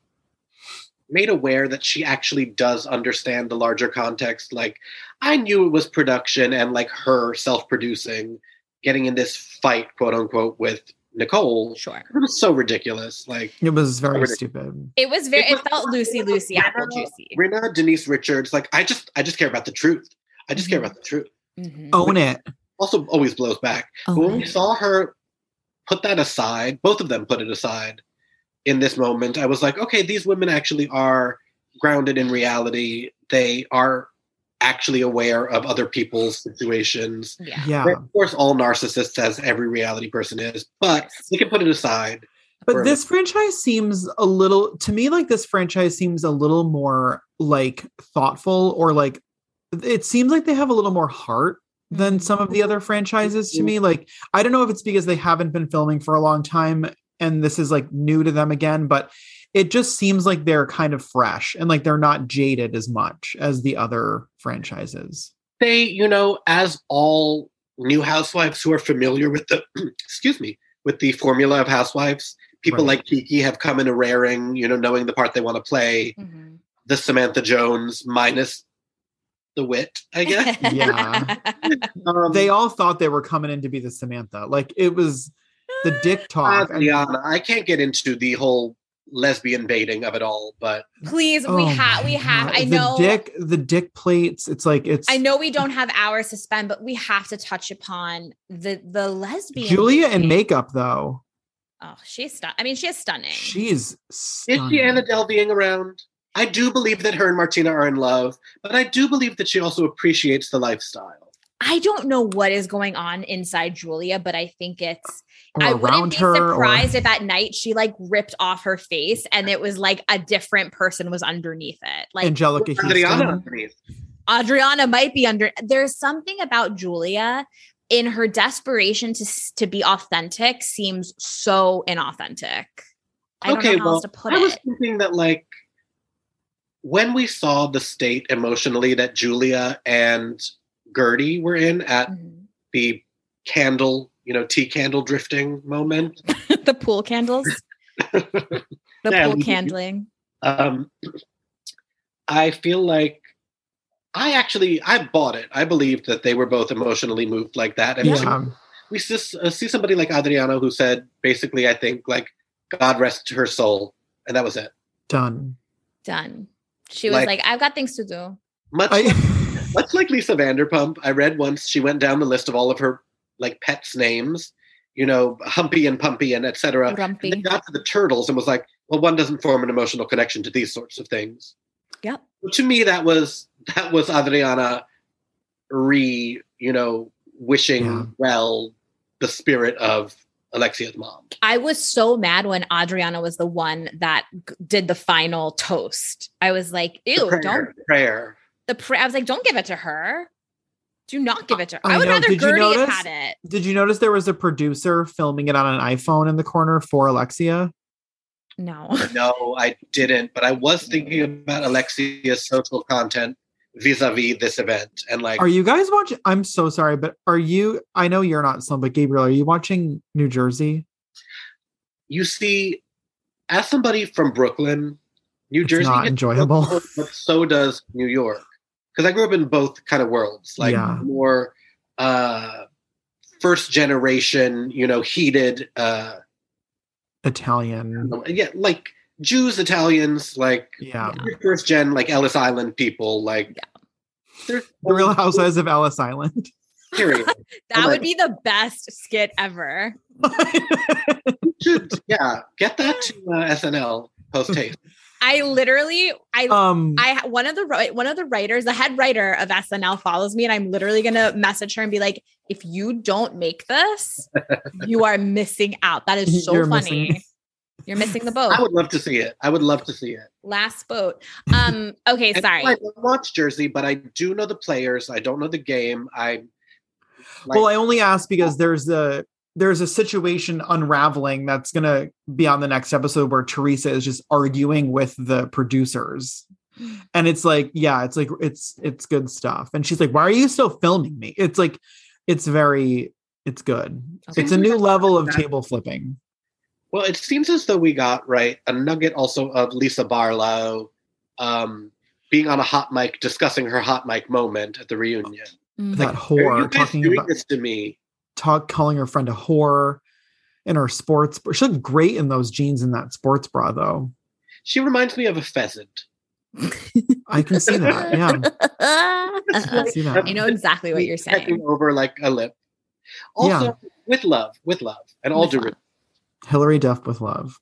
C: made aware that she actually does understand the larger context. Like I knew it was production and like her self-producing, getting in this fight, quote unquote, with Nicole.
A: Sure.
C: It was so ridiculous. Like
B: it was very
C: Already.
B: stupid.
A: It was very.
C: It was-
A: It felt loosey loosey,
C: Yeah.
A: apple juicy.
C: Rena Denise Richards, like I just I just care about the truth. I just care about the truth.
A: Mhm.
B: Own it.
C: Also always blows back. But when we
A: Oh,
C: saw her put that aside, both of them put it aside in this moment, I was like, okay, these women actually are grounded in reality. They are actually aware of other people's situations.
A: yeah.
B: Yeah.
C: Of course, all narcissists, as every reality person is, but they can put it aside.
B: But
C: for-
B: this franchise seems a little to me like this franchise seems a little more like thoughtful or like it seems like they have a little more heart than some of the other franchises to me. Like I don't know if it's because they haven't been filming for a long time and this is like new to them again, but it just seems like they're kind of fresh and like they're not jaded as much as the other franchises.
C: they, you know, as all new housewives who are familiar with the, excuse me, with the formula of housewives, people
B: Right.
C: like Kiki have come in a raring, you know, knowing the part they want to play.
A: Mhm.
C: The Samantha Jones minus the wit, I guess.
B: Yeah.
C: Um,
B: They all thought they were coming in to be the
C: Eh,
B: Samantha. Like it was the dick talk. and-
C: Adriana, I can't get into the whole lesbian baiting of it all, but
A: Please, we
B: Oh
A: have,
B: my
A: we have.
B: God.
A: I
B: the
A: know,
B: dick, the dick plates. It's like it's.
A: I know, we don't have hours to spend, but we have to touch upon the the lesbian.
B: Julia in
A: thing.
B: makeup though.
A: Oh, she's stunning. I mean, she is stunning.
B: She's
C: is
B: stunning.
C: she Anna Del being around? I do believe that her and Martina are in love, but I do believe that she also appreciates the lifestyle.
A: I don't know what is going on inside Julia, but I think it's.
B: Or
A: I wouldn't
B: around
A: be
B: her, or-
A: surprised if at night she like ripped off her face and it was like a different person was underneath it. Like
B: Angelica
C: Adriana,
B: Houston.
C: underneath.
A: Adriana might be under. There's something about Julia in her desperation to s- to be authentic seems so inauthentic. I don't
C: Okay,
A: know how else
C: well,
A: to put
C: I was
A: it.
C: thinking that like when we saw the state emotionally that Julia and Gertie were in at
A: Mhm.
C: the candle, you know, tea candle drifting moment.
A: the pool candles, the
C: Yeah,
A: pool
C: we-
A: candling.
C: Um, I feel like I actually I bought it. I believed that they were both emotionally moved like that. And
B: Yeah.
C: we just uh, see somebody like Adriano who said basically, I think like God rest her soul, and that was it.
B: Done.
A: Done. She was
C: Like-
A: like, "I've got things to do."
C: Much like
B: I,
C: Much like Lisa Vanderpump, I read once she went down the list of all of her like pets' names, you know, Humpy and Pumpy and etc. And then
A: Grumpy.
C: got to the turtles and was like, well, one doesn't form an emotional connection to these sorts of things.
A: Yep.
C: But to me, that was that was Adriana re, you know, wishing
B: Yeah.
C: well the spirit of Alexia's mom.
A: I was so mad when Adriana was the one that g- did the final toast. I was like,
C: The
A: "Ew,
C: prayer,
A: don't
C: the prayer.
A: the pr- I was like, don't give it to her. Do not give it to her.
B: I
A: I, would
B: know.
A: rather
B: Did you
A: Gertie have
B: notice?
A: had it.
B: did you notice there was a producer filming it on an iPhone in the corner for Alexia?
A: No.
C: No, I didn't. But I was thinking about Alexia's social content vis-a-vis this event and like
B: Are you guys watching? I'm so sorry, but are you? I know you're not some, but Gabriel, are you watching New Jersey?
C: you see, as somebody from Brooklyn, New
B: It's
C: Jersey,
B: not
C: gets
B: enjoyable.
C: overlooked, but so does New York. Because I grew up in both kind of worlds, like
B: Yeah.
C: more uh, first generation, you know, heated, uh,
B: Italian.
C: yeah, like Jews, Italians, like
B: Yeah.
C: first gen, like Ellis Island people, like there's
B: The Real Housewives of Ellis Island.
C: Period.
A: That
C: Alright.
A: would be the best skit ever.
C: Should- yeah, get that to uh, SNL post haste.
A: I literally I
B: um,
A: I one of the ri- one of the writers, the head writer of SNL follows me and I'm literally going to message her and be like, "If you don't make this, you are missing out. That is so
B: You're
A: funny.
B: missing-
A: You're missing the boat.
C: I would love to see it. I would love to see it.
A: Last boat. Um okay,
C: And
A: sorry.
C: I don't watch Jersey, but I do know the players. I don't know the game. I like,
B: well, I only ask because there's a there's a situation unraveling that's gonna be on the next episode where Teresa is just arguing with the producers.
A: Mm.
B: And it's like, yeah, it's like it's it's good stuff. And she's like, Why are you still filming me? It's like it's very it's good.
A: Okay.
B: It's a new level of table flipping.
C: well, it seems as though we got right a nugget also of Lisa Barlow um, being on a hot mic discussing her hot mic moment at the reunion.
A: Mm.
B: That
C: Are you
B: whore
C: guys
B: Uh, talking
C: doing
B: about
C: this to me?
B: talk calling her friend a whore in her sports bra. She looked great in those jeans and that sports bra though.
C: She reminds me of a pheasant.
B: I can see that. Yeah. I can see that.
A: I know exactly what you're
C: Checking
A: saying.
C: over like a lip. Also, with love, with love, and all
A: With
C: due
A: love.
C: respect.
B: Hillary Duff with love.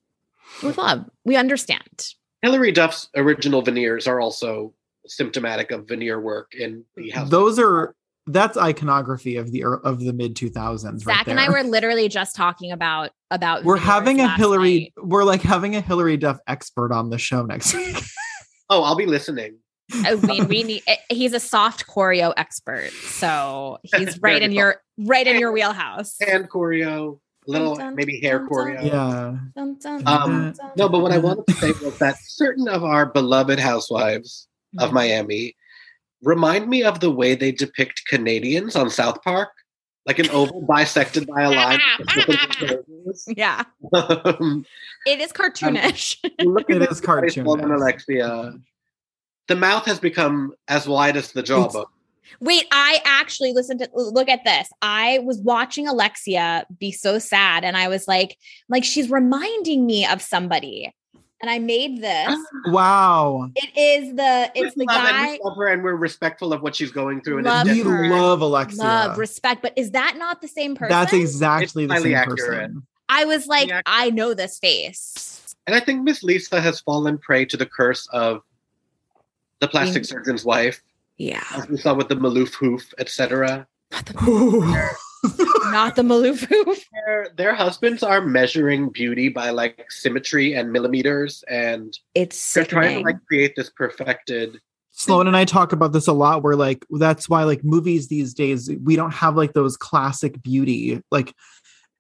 A: With love, we understand.
C: Hillary Duff's original veneers are also symptomatic of veneer work in the house.
B: Those are that's iconography of the ear- of the mid 2000s.
A: Zach
B: right
A: and I
B: there.
A: were literally just talking about about.
B: we're
A: viewers
B: having a
A: last
B: Hillary
A: night.
B: we're like having a Hillary Duff expert on the show next week.
C: oh, I'll be listening.
A: I mean, we need. eh, He's a soft choreo expert, so he's right in
C: Very
A: your right in your wheelhouse.
C: Hand choreo, little
A: Dun, dun,
C: maybe hair
A: dun,
C: choreo.
B: yeah.
A: Dun, dun,
C: Um,
A: dun,
C: No, but what I wanted to say was that certain of our beloved housewives of
A: Mm-hmm.
C: Miami remind me of the way they depict Canadians on South Park, like an oval bisected by a line.
A: Yeah,
C: Um,
A: it is cartoonish.
C: you look at
B: It
C: this
B: is
C: place,
B: cartoon.
C: Paul and Alexia. The mouth has become as wide as the jawbone.
A: Wait, I actually listened to look at this. I was watching Alexia be so sad, and I was like, like she's reminding me of somebody. and I made this.
B: Wow.
A: It is the it's
C: We
A: the
C: love and
A: guy
C: we love her and we're respectful of what she's going through. And
A: Love
C: it's
B: We
C: different.
A: her.
B: love Alexia.
A: love respect, but is that not the same person?
B: That's exactly
C: It's
B: the
C: highly
B: same
C: accurate.
B: person.
A: I was like,
C: Yeah.
A: I know this face.
C: and I think Miss Lisa has fallen prey to the curse of the
A: Being-
C: plastic surgeon's wife,
A: Yeah,
C: as we saw with the Maloof hoof, etc.
A: not the Maloof hoof.
C: Their, their husbands are measuring beauty by like symmetry and millimeters, and
A: It's
C: they're trying
A: sickening.
C: to like create this perfected.
B: Sloan and I talk about this a lot. We're like, that's why like movies these days, we don't have like those classic beauty like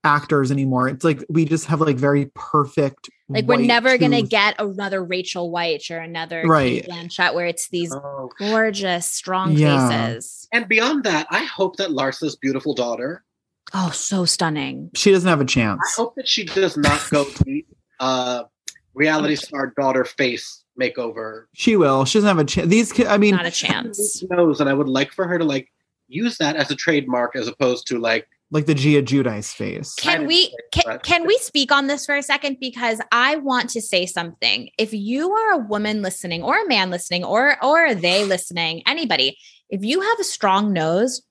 B: actors anymore. It's like we just have like very perfect.
A: Like we're
B: white
A: never gonna
B: tooth-
A: get another Rachel White or another
B: Right.
A: Kate Blanchett where it's these
C: Oh.
A: gorgeous, strong
B: Yeah.
A: faces.
C: And beyond that, I hope that Larsa's beautiful daughter.
A: Oh, so stunning.
B: She doesn't have a
C: I
B: chance.
C: hope that she does not go the uh, reality star daughter face makeover
B: She will. She doesn't have a chance. These, ki- I mean,
A: Not a chance.
C: knows, and I would like for her to like use that as a trademark as opposed to like
B: like the Gia Judice face.
C: I
A: Can
C: didn't
A: we
C: say
A: can,
C: that.
A: can we speak on this for a second because I want to say something. If you are a woman listening or a man listening or or are they listening, anybody, if you have a strong nose,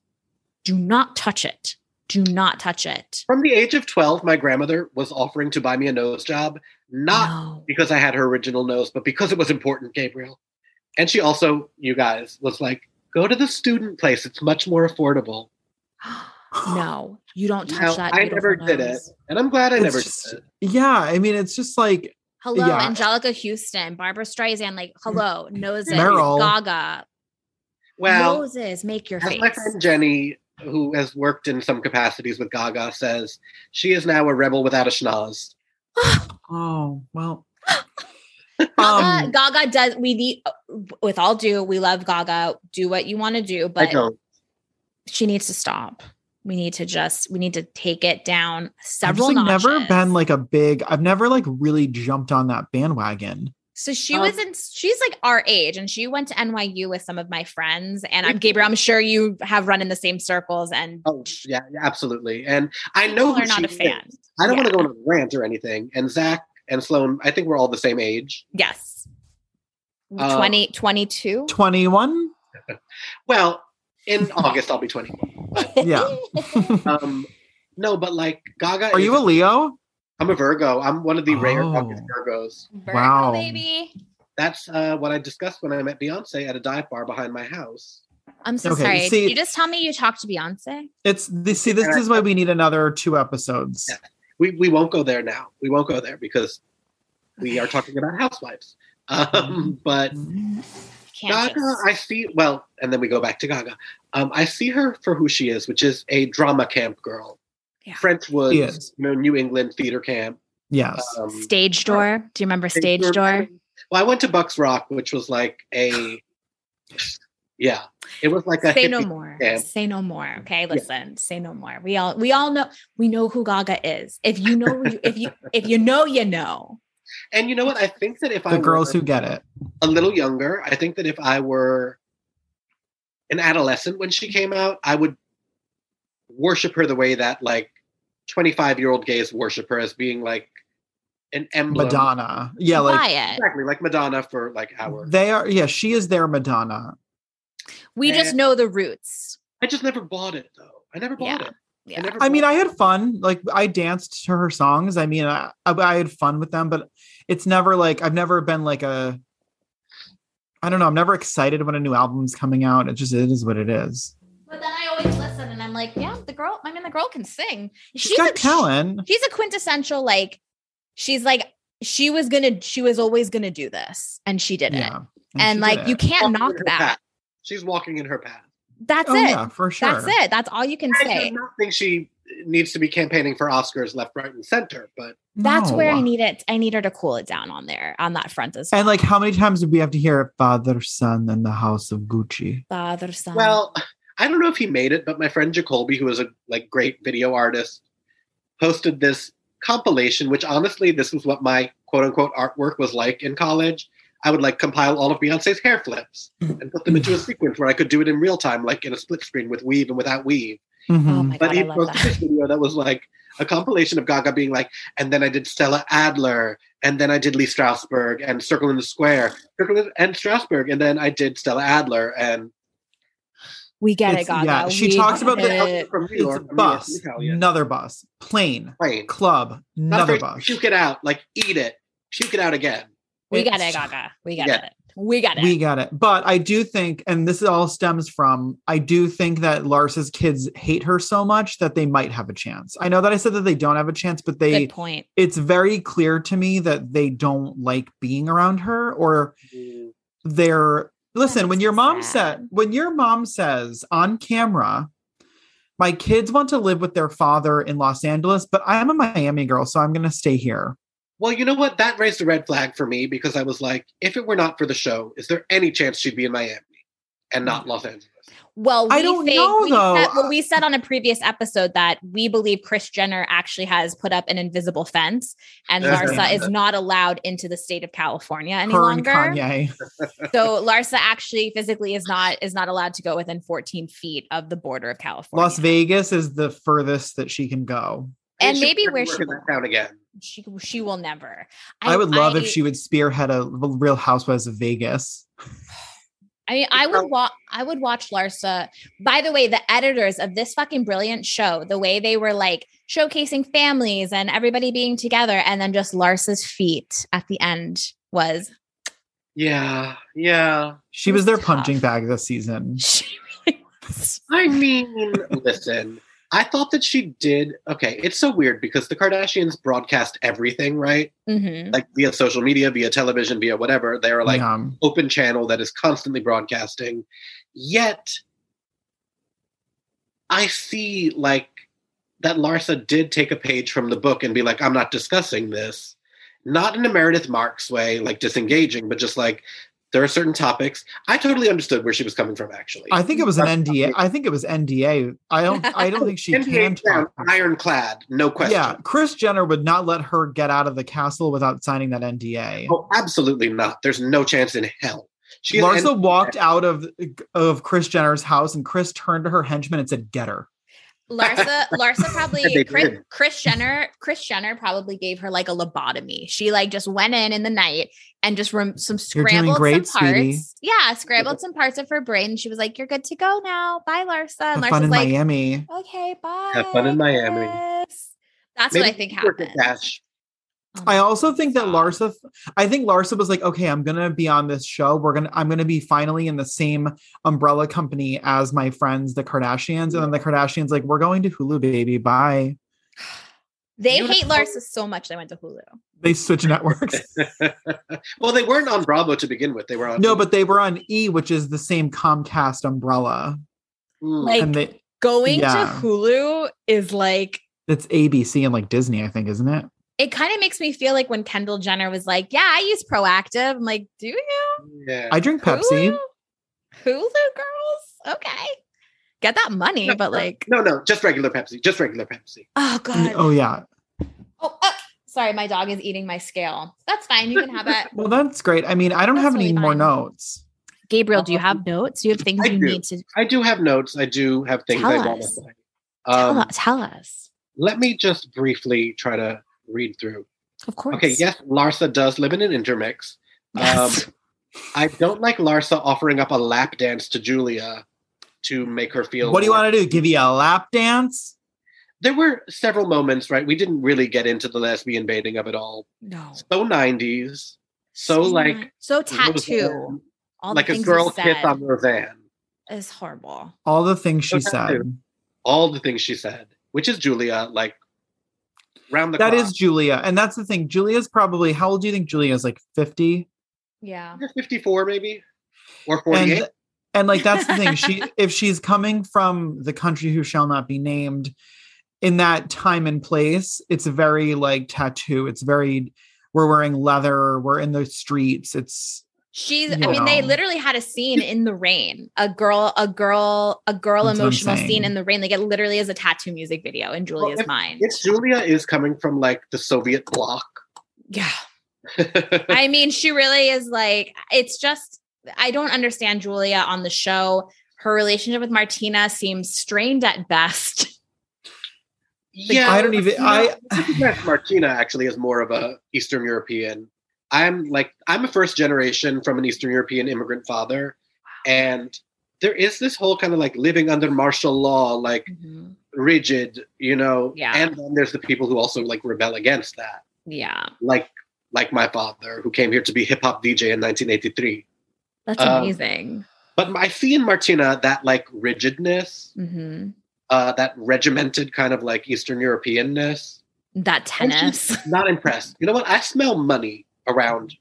A: do not touch it. Do not touch it.
C: from the age of 12 my grandmother was offering to buy me a nose job not
A: No.
C: because I had her original nose but because it was important Gabriel and she also you guys was like go to the student place it's much more affordable
A: No, you don't touch
C: Now,
A: that.
C: I
A: beautiful
C: never did
A: nose.
C: and I'm glad I
B: It's
C: never
B: just-
C: did it.
B: Yeah. I mean, it's just like,
A: Hello,
B: Yeah.
A: Angelica Houston, Barbara Streisand, like hello, noses,
B: Meryl.
A: Gaga,
C: well
A: noses, make your
C: As
A: face.
C: my friend Jenny, who has worked in some capacities with Gaga, says, she is now a rebel without a schnoz.
B: oh, well.
A: Gaga,
B: Um,
A: Gaga does we the with all due, we love Gaga. Do what you want to do,
C: I
A: but
C: don't.
A: she needs to stop. We need to just we need to take it down
B: I've
A: several
B: just, like,
A: notches.
B: never been like a big, I've never like really jumped on that bandwagon.
A: so she
C: Um,
A: was in she's like our age and she went to NYU with some of my friends and I'm Gabriel. I'm sure you have run in the same circles and
C: Oh, yeah, yeah, absolutely. And Oh, I
A: people
C: know who
A: are not
C: she
A: a
C: is.
A: fan.
C: I don't
A: Yeah.
C: want to go on a rant or anything. And Zach and Sloan, I think we're all the same age.
A: Yes.
C: Um,
A: Twenty twenty two.
B: 21?
C: Well, in August, I'll be 21.
B: Yeah.
C: Um, no, but like Gaga.
B: Are
C: is-
B: you a Leo?
C: I'm a Virgo. I'm one of the rare
B: Oh.
C: August Virgos.
A: Virgo,
B: Wow.
A: baby.
C: That's uh, what I discussed when I met Beyonce at a dive bar behind my house.
A: I'm so
B: Okay,
A: sorry. Did
B: see-
A: you just tell me you talked to Beyonce?
B: It's this. See, this is why we need another two episodes.
C: Yeah. we, we won't go there now. We won't go there because we are talking about housewives.
B: Mm-hmm.
C: Um, but
A: Can't
C: Gaga,
A: just-
C: I see, well, and then we go back to Gaga. Um, I see her for who she is, which is a drama camp girl.
A: Yeah.
C: French
B: She
C: Woods,
B: is.
C: you know, New England theater camp.
B: Yes.
C: Um,
A: Stage door. Do you remember stage, door?
C: Well, I went to Bucks Rock, which was like a, yeah, it was like a
A: Say
C: hippie-
A: no more.
C: camp.
A: Say no more. Okay, listen. Say no more. We all we all know we know who Gaga is. If you know you, if you if you know you know.
C: And you know what? I think that if I
B: The girls
C: were
B: who get it.
C: a little younger, I think that if I were an adolescent when she came out, I would worship her the way that like 25 year old gays worship her as being like an emblem.
B: Madonna. Yeah,
A: buy
B: like
A: it.
C: Exactly, like Madonna for like our.
B: they are. Yeah, she is their Madonna.
A: We just
C: And-
A: know the roots.
C: I just never bought it though. I never bought
A: Mm-hmm. Yeah.
C: it.
A: Yeah.
C: never
B: I mean,
C: bought
B: I had fun. Like I danced to her songs. I mean, I, I, I had fun with them, but it's never like I've never been like a. I don't know. I'm never excited when a new album's coming out. It just it is what it is.
A: But then I always listen and I'm like, yeah, the girl, I mean the girl can sing.
B: She's got
A: a-
B: talent.
A: she's a quintessential like she's like she was gonna she was always gonna do this and she did it
B: Yeah,
A: and
B: she
A: like
B: did
A: you
B: it.
A: can't
C: Walking
A: knock
C: in her
A: that
C: path. She's walking in her path.
A: that's
B: oh
A: it
B: yeah, for sure.
A: that's it that's all you can
C: I do
A: say
C: not think she needs to be campaigning for Oscars left, right, and center. But
A: that's where i
B: No.
A: need it i need her to cool it down on there on that front as well
B: And like, how many times did we have to hear "Father, Son, and the House of Gucci"?
A: father son
C: well, I don't know if he made it, but my friend Jacoby, who is a like great video artist, posted this compilation, which honestly, this was what my quote unquote artwork was like in college. I would like compile all of Beyonce's hair flips and put them into a sequence where I could do it in real time, like in a split screen with weave and without weave.
A: oh
B: Mhm.
A: my god
C: But
A: i
C: he
A: love
C: posted
A: that
C: this video that was like a compilation of Gaga being like, and then I did Stella Adler, and then I did Lee Strasberg and Circle in the Square, Circle in- and Strasberg, and then I did Stella Adler and
D: We get it,
B: It's-
D: Gaga.
B: yeah, she
D: We
B: talks
D: get
B: about the-
D: it.
C: from New
B: It's
C: York,
B: bus,
C: Italian,
B: another bus, plane,
C: plane.
B: club,
C: Not
B: another
C: afraid to
B: bus.
C: Puke it out, like eat it, puke it out again.
D: We
B: It's-
D: got it, Gaga. We got
C: Yeah.
D: it. We got it.
B: We get it. But I do think, and this all stems from, I do think that Lars's kids hate her so much that they might have a chance. I know that I said that they don't have a chance, but they,
D: Good point.
B: it's very clear to me that they don't like being around her or they're, listen, when
D: makes
B: your
D: me
B: mom
D: sad.
B: said, when your mom says on camera, my kids want to live with their father in Los Angeles, but I'm a Miami girl, so I'm going to stay here.
C: Well, you know what? That raised a red flag for me because I was like, if it were not for the show, is there any chance she'd be in Miami and not Los Angeles?
A: Well, we
B: I don't
A: think,
B: know,
A: we
B: though.
A: Said, well, we said on a previous episode that we believe Chris Jenner actually has put up an invisible fence, and Larsa is not allowed into the state of California any
B: her
A: longer.
B: and Kanye.
A: So Larsa actually physically is not is not allowed to go within 14 feet of the border of California.
B: Las Vegas is the furthest that she can go.
A: And
C: she'll
A: maybe
C: never
A: where
C: work
A: she
C: in that town again.
A: She she will never.
B: I, would love if
A: I-
B: she would spearhead a Real Housewives of Vegas.
A: I mean, I would watch. I would watch Larsa. By the way, the editors of this fucking brilliant show, the way they were like showcasing families and everybody being together, and then just Larsa's feet at the end was
C: Yeah, yeah.
B: She was their
A: Tough.
B: punching bag this season.
A: she really was.
C: I mean, listen, I thought that she did. Okay, it's so weird because the Kardashians broadcast everything, right?
A: Mhm.
C: Like via social media, via television, via whatever. They are like
B: Yeah.
C: open channel that is constantly broadcasting. Yet, I see like that Larsa did take a page from the book and be like, I'm not discussing this. Not in a Meredith Marks way, like disengaging, but just like there are certain topics. I totally understood where she was coming from, actually.
B: I think it was an NDA. I think it was NDA. I don't. I don't think she can
C: NBA sound
B: talk.
C: ironclad, no question.
B: Yeah, Chris Jenner would not let her get out of the castle without signing that NDA.
C: Oh, absolutely not. There's no chance in hell. She is
B: Larsa walked out of of Chris Jenner's house, and Chris turned to her henchman and said, "Get her."
A: Larsa, Larsa
C: They
A: probably Chris,
C: did.
A: Chris Jenner, Chris Jenner probably gave her like a lobotomy. She like just went in in the night and just rem- some
B: You're doing
A: scrambled
B: great,
A: some parts.
B: sweetie.
A: Yeah, scrambled some parts of her brain. And she was like, "You're good to go now. Bye, Larsa." And Larsa's
B: Have fun in
A: like,
B: Miami.
A: "Okay, bye.
C: Have fun in Miami."
A: Chris." That's
C: Maybe
A: what I think
C: she worked at
A: happened.
C: Dash.
A: Oh my
B: I also think that
A: God.
B: Larsa, I think Larsa was like, okay, I'm gonna be on this show. We're gonna, I'm gonna be finally in the same umbrella company as my friends, the Kardashians, and then the Kardashians like, we're going to Hulu, baby, bye.
A: They
C: You know-
A: hate Larsa so much they went to Hulu.
B: They switch networks.
C: Well, they weren't on Bravo to begin with. They were on
B: no, but they were on E, which is the same Comcast umbrella,
C: Mm.
D: Like-
B: and they,
D: Going
B: Yeah.
D: to Hulu is like
B: it's ABC and like Disney, I think, isn't it?
A: It kind of makes me feel like when Kendall Jenner was like, "Yeah, I use Proactive." I'm like, "Do you?"
C: yeah.
B: I drink Pepsi.
A: Hulu? Hulu girls? Okay. Get that money,
C: No,
A: but like,
C: No, no, just regular Pepsi. Just regular Pepsi.
A: oh God. Oh,
B: Oh yeah.
A: oh, sorry, my dog is eating my scale. That's fine. You can have it.
B: Well, that's great. I mean, I don't
A: That's
B: have any
A: really
B: more
A: fine.
B: notes.
A: Gabriel, do you have notes? Do you have things
C: I
A: you
C: do.
A: need to
C: I do have notes. I do have things
A: Tell
C: I want to
A: us.
C: say.
A: tell,
C: Um,
A: us, tell us?
C: let me just briefly try to read through.
A: Of course.
C: Okay, yes, Larsa does live in an intermix.
A: Yes.
C: Um, I don't like Larsa offering up a lap dance to Julia to make her feel.
B: What do you
C: more-
B: want to do? Give you a lap dance?
C: There were several moments, right? We didn't really get into the lesbian baiting of it all.
D: no.
C: So 90s. So like.
A: so tattoo.
C: Roseanne,
A: All
C: like
A: the
C: a
A: things
C: girl
A: girl
C: kiss on Roseanne.
A: is horrible.
B: All the things she
C: Okay.
B: said.
C: all the things she said, which is Julia, like round the
B: That
C: clock.
B: is Julia. And that's the thing. Julia's probably, how old do you think Julia is? Like 50?
A: Yeah.
C: 54 maybe or 48.
B: And, and like, that's the thing. She, if she's coming from the country who shall not be named in that time and place, it's very like tattoo. It's very, we're wearing leather. We're in the streets. It's,
A: She's
B: You
A: I mean, they
B: know.
A: literally had a scene in the rain. A girl, a girl, a girl
B: That's what I'm
A: emotional
B: saying.
A: scene in the rain. Like it literally is a tattoo music video in Julia's mind.
C: if Julia is coming from like the Soviet bloc,
A: Yeah. I mean, she really is like, it's just, I don't understand Julia on the show. Her relationship with Martina seems strained at best.
C: yeah,
B: I don't even. I
C: Yes, Martina actually is more of a Eastern European. I'm like I'm a first generation from an Eastern European immigrant father, and there is this whole kind of like living under martial law, like
A: Mhm.
C: rigid, you know.
A: Yeah.
C: And then there's the people who also like rebel against that,
A: Yeah.
C: like like my father who came here to be hip hop DJ in 1983.
A: That's
C: Um,
A: amazing.
C: But I see in Martina that like rigidness,
A: hmm
C: uh, that regimented kind of like Eastern Europeanness.
A: That tennis.
C: not impressed. You know what? I smell money around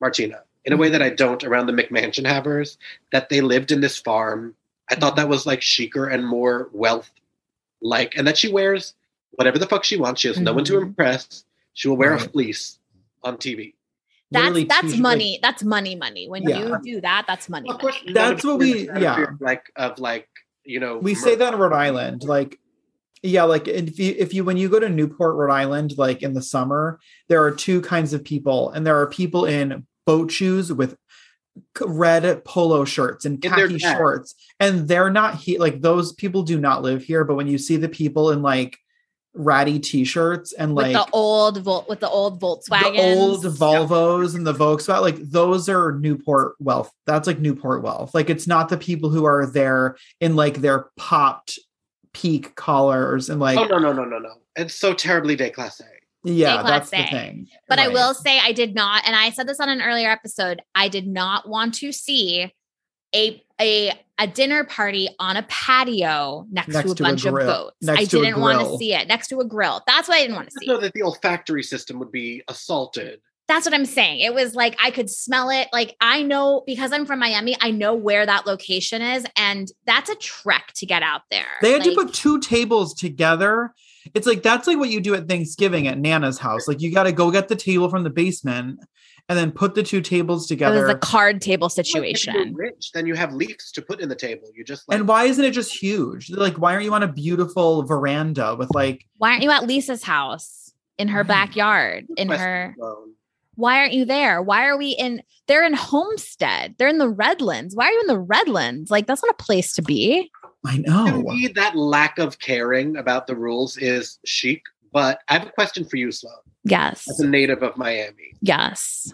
C: Martina in a way that I don't around the McMansion havers, that they lived in this farm. I thought that was like chicer and more wealth like, and that she wears whatever the fuck she wants. She has no one to
A: Mhm.
C: impress. She will wear a
B: Mm-hmm. Right.
C: fleece on TV.
A: That's
B: literally
A: that's
B: two-
A: money. that's money, money. When
B: Yeah.
A: you do that, that's money.
C: Of course,
A: money.
B: That's what we-
C: out of
B: yeah.
C: fear, Like, of like, you know,
B: we say
C: murder.
B: that in Rhode Island, like yeah, like if you if you when you go to Newport, Rhode Island, like in the summer, there are two kinds of people, and there are people in boat shoes with c- red polo shirts and
C: In their
B: khaki
C: bag.
B: shorts, and they're not here. Like those people do not live here. But when you see the people in like ratty t-shirts and
A: with
B: like
A: the old Vol- with the old Volkswagen.
B: the old Volvos and the Volkswagen, like those are Newport wealth. That's like Newport wealth. Like it's not the people who are there in like their popped peak collars and like
C: Oh, no, no, no, no, no. It's so terribly déclassé.
B: yeah,
A: Take
B: that's the
A: class A.
B: thing.
A: But I
B: Right.
A: will say I did not, and I said this on an earlier episode, I did not want to see a a a dinner party on a patio next,
B: Next
A: to a
B: to a
A: bunch
B: grill.
A: of boats.
B: Next
A: I
B: to a
A: didn't want to
B: grill.
A: see it next to a grill. That's what I didn't want to
C: Just
A: see.
C: know that the olfactory system would be assaulted.
A: That's what I'm saying. It was like I could smell it. Like I know because I'm from Miami, I know where that location is, and that's a trek to get out there.
B: They had to
A: Like,
B: put two tables together. It's like that's like what you do at Thanksgiving at Nana's house. Like you got to go get the table from the basement and then put the two tables
A: it
B: together.
A: was a card table
C: Like, if you're
A: situation.
C: rich, then you have leaves to put in the table. You just like
B: and why isn't it just huge? Like why aren't you on a beautiful veranda with like
A: Why aren't you at Lisa's house in her
B: Right.
A: backyard in
C: West
A: her?
C: Sloan.
A: Why aren't you there? Why are we in? They're in Homestead. They're in the Redlands. Why are you in the Redlands? Like that's not a place to be.
B: I
C: To
A: Oh.
B: know.
C: me, that lack of caring about the rules is chic. But I have a question for you, Sloan,
A: Yes.
C: as a native of Miami.
A: Yes.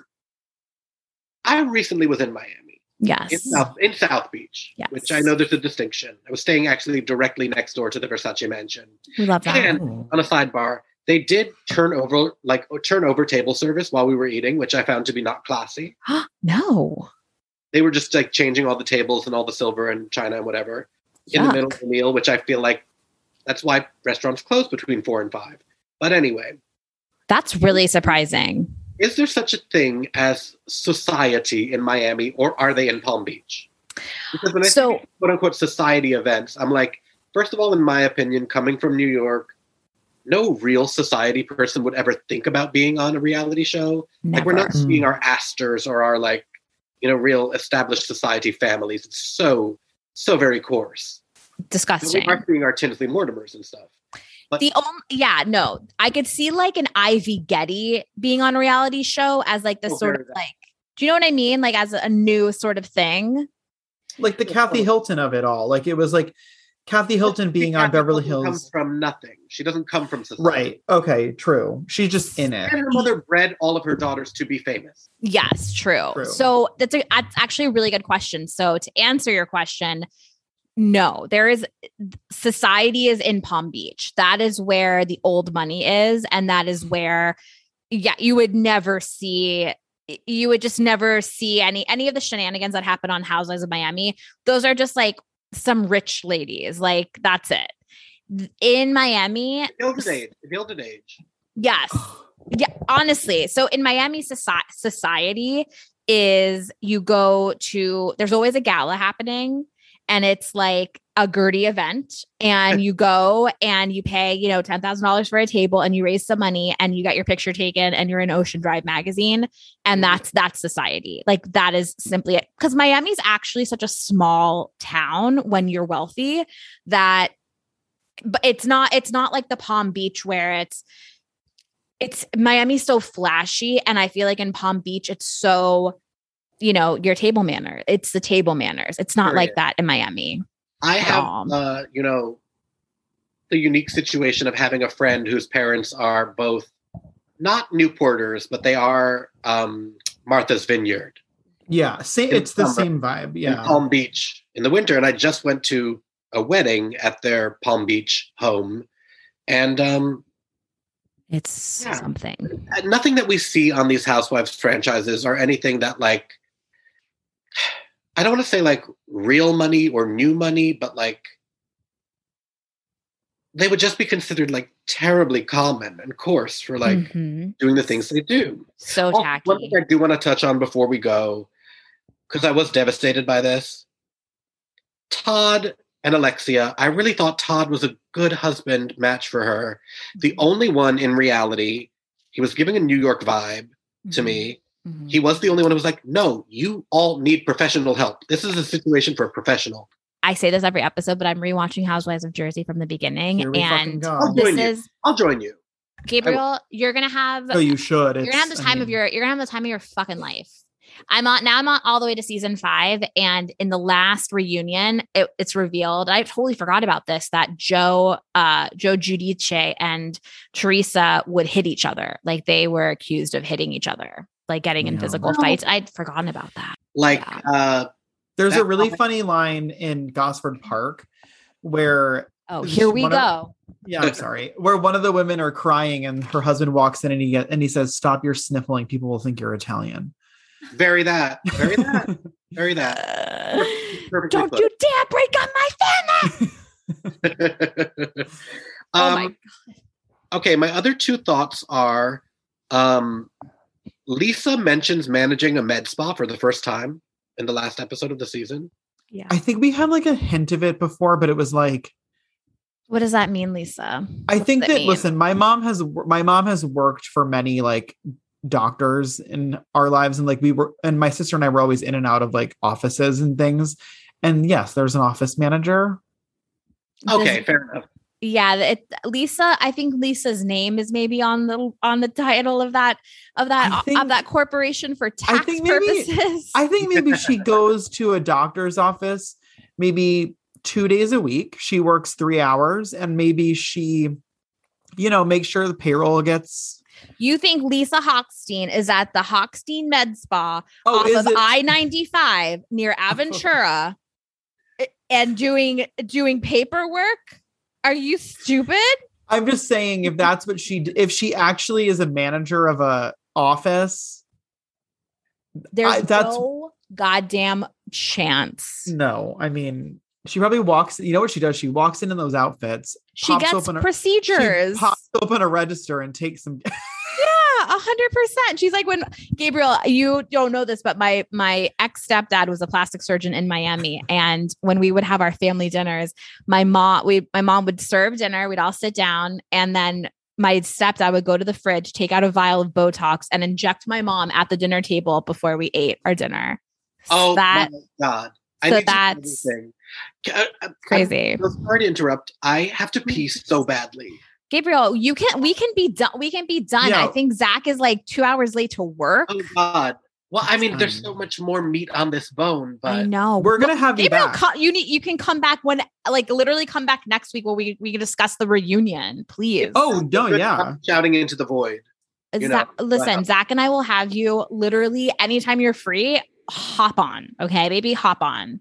C: I recently was in Miami, in
A: Yes.
C: South, in South Beach,
A: Yes.
C: which I know there's a distinction. I was staying actually directly next door to the Versace Mansion.
A: We love that.
C: And
B: Oh.
C: on a sidebar, they did turn over like turn over table service while we were eating, which I found to be not classy.
A: no.
C: They were just like changing all the tables and all the silver and china and whatever. in the middle of
A: Yuck.
C: the meal, which I feel like that's why restaurants close between four and five. But anyway,
A: That's really surprising.
C: is there such a thing as society in Miami or are they in Palm Beach? Because when I say
A: So
C: quote unquote society events, I'm like, first of all, in my opinion, coming from New York, no real society person would ever think about being on a reality show. Like we're
A: never.
C: not seeing
B: Mm.
C: our asters or our like, you know, real established society families. It's so, so very coarse. So we
A: disgusting.
C: are seeing our Tinsley Mortimers and stuff.
A: The only, yeah, no, I could see like an Ivy Getty being on a reality show as like the
C: Oh,
A: sort
C: very
A: of
C: good.
A: like, do you know what I mean? Like as a new sort of thing.
B: like the Kathy Hilton of it all. Like it was like Kathy Hilton being on
C: Kathy
B: Beverly
C: Hilton Comes
B: Hills.
C: from nothing. She doesn't come from society.
B: Right. Okay. True. She's just in it.
C: And her mother bred all of her daughters to be famous.
A: Yes, true.
B: True.
A: So that's, a, that's actually a really good question. So to answer your question, no, there is society is in Palm Beach. That is where the old money is. And that is where, yeah, you would never see you would just never see any any of the shenanigans that happen on houses of Miami. Those are just like some rich ladies. Like that's it. In Miami,
C: The Gilded Age. The Gilded Age.
A: Yes. Yeah, honestly. So in Miami soci- society is you go to there's always a gala happening and it's like a Gertie event and you go and you pay, you know, $10,000 for a table and you raise some money and you got your picture taken and you're in Ocean Drive magazine and that's that's society. Like that is simply it cuz Miami's actually such a small town when you're wealthy that but it's not it's not like the Palm Beach where it's it's Miami's so flashy, and I feel like in Palm Beach, it's so you know your table manner. It's the table manners. It's not
C: Sure,
A: like
C: yeah.
A: that in Miami.
C: I have,
A: Aw.
C: uh, you know, the unique situation of having a friend whose parents are both not Newporters, but they are um, Martha's Vineyard
B: Yeah, same,
C: In
B: it's the
C: summer.
B: same vibe.
C: in
B: Yeah.
C: Palm Beach in the winter. And I just went to a wedding at their Palm Beach home. And um,
A: It's
C: Yeah.
A: something.
C: nothing that we see on these Housewives franchises are anything that, like, I don't want to say like real money or new money, but like they would just be considered like terribly common and coarse for like
A: Mhm.
C: doing the things they do.
A: so
C: Oh,
A: tacky.
C: One thing I do want to touch on before we go, because I was devastated by this. Todd and Alexia, I really thought Todd was a good husband match for her.
A: Mm-hmm.
C: The only one in reality, he was giving a New York vibe to me.
A: Mhm.
C: He was the only one who was like, no, you all need professional help. This is a situation for a professional.
A: I say this every episode, but I'm rewatching Housewives of Jersey from the beginning,
B: Here we fucking
A: and
B: go.
C: I'll
A: this
C: join you.
A: is
C: I'll join you.
A: Gabriel. You're gonna have
B: No, you should.
A: you're gonna have the time of your you're gonna have the time of your fucking life. I'm on now. I'm on all the way to season five, and in the last reunion, it, it's revealed. I totally forgot about this that Joe, uh, Joe Giudice and Teresa would hit each other. Like they were accused of hitting each other, like getting in
B: Yeah.
A: physical fights. I'd forgotten about that.
C: Like,
A: Yeah.
C: uh,
B: There's a
C: That's
B: really
C: fine.
B: funny line in Gosford Park where
A: Oh,
B: This
A: here
B: is
A: we
B: one
A: go.
B: of- yeah, I'm sorry, where one of the women are crying and her husband walks in and he get, and he says, "Stop your sniffling. People will think you're Italian."
C: very that, very that, very that.
A: Uh,
C: Perfectly
A: don't you dare break up my family!
C: put.
A: oh
C: Um,
A: my
C: okay my other two thoughts are um lisa mentions managing a med spa for the first time in the last episode of the season
A: yeah.
B: I think we had like a hint of it before, but it was like
A: What does that mean, Lisa?
B: I
A: What does
B: think that,
A: mean?
B: listen, my mom has my mom has worked for many like doctors in our lives and like we were and my sister and I were always in and out of like offices and things. And yes, there's an office manager.
A: Does-
C: okay fair enough
A: yeah th- it, lisa i think lisa's name is maybe on the on the title of that of
B: I
A: that uh,
B: think-
A: of that corporation for tax
B: think maybe-
A: purposes
B: I think maybe she goes to a doctor's office maybe 2 days a week. She works 3 hours and maybe she you know, make sure the payroll gets
A: you think lisa hochstein is at the hochstein med spa
B: Oh,
A: off
B: is
A: of
B: it
A: i-95 near aventura a- and doing doing paperwork are you stupid
B: I'm just saying if that's what she d- if she actually is a manager of a office
A: there's
B: I- that's- Mm,
A: no goddamn chance
B: No, I mean, she probably walks. You know what she does? She walks into those outfits,
A: she
B: pops
A: gets
B: open her- she
A: procedures
B: pops open a register, and takes some.
A: Yeah, a hundred percent. She's like when Gabriel, you don't know this, but my my ex stepdad was a plastic surgeon in Miami, and when we would have our family dinners, my mom we my mom would serve dinner, we'd all sit down, and then my stepdad would go to the fridge, take out a vial of Botox, and inject my mom at the dinner table before we ate our dinner.
C: oh
A: that
C: my god
A: so
C: to know
A: that's
C: everything. I- I-
A: crazy.
C: I'm sorry to interrupt i have to pee so badly
A: Gabriel, you can we can be done. We can be done. I
B: Yeah.
A: think Zach is like two hours late to work.
C: oh god well i
B: That's
C: mean there's
B: fine.
C: so much more meat on this bone
A: I
C: but
A: know.
B: We're gonna have you
A: Gabriel,
B: back.
A: co- you need you can come back when like literally come back next week where we we can discuss the reunion, please.
B: oh no,
C: Good
B: yeah.
C: job shouting into the void you know,
A: Zach, listen, Zach and I will have you literally anytime you're free. Hop on, okay, baby, hop on.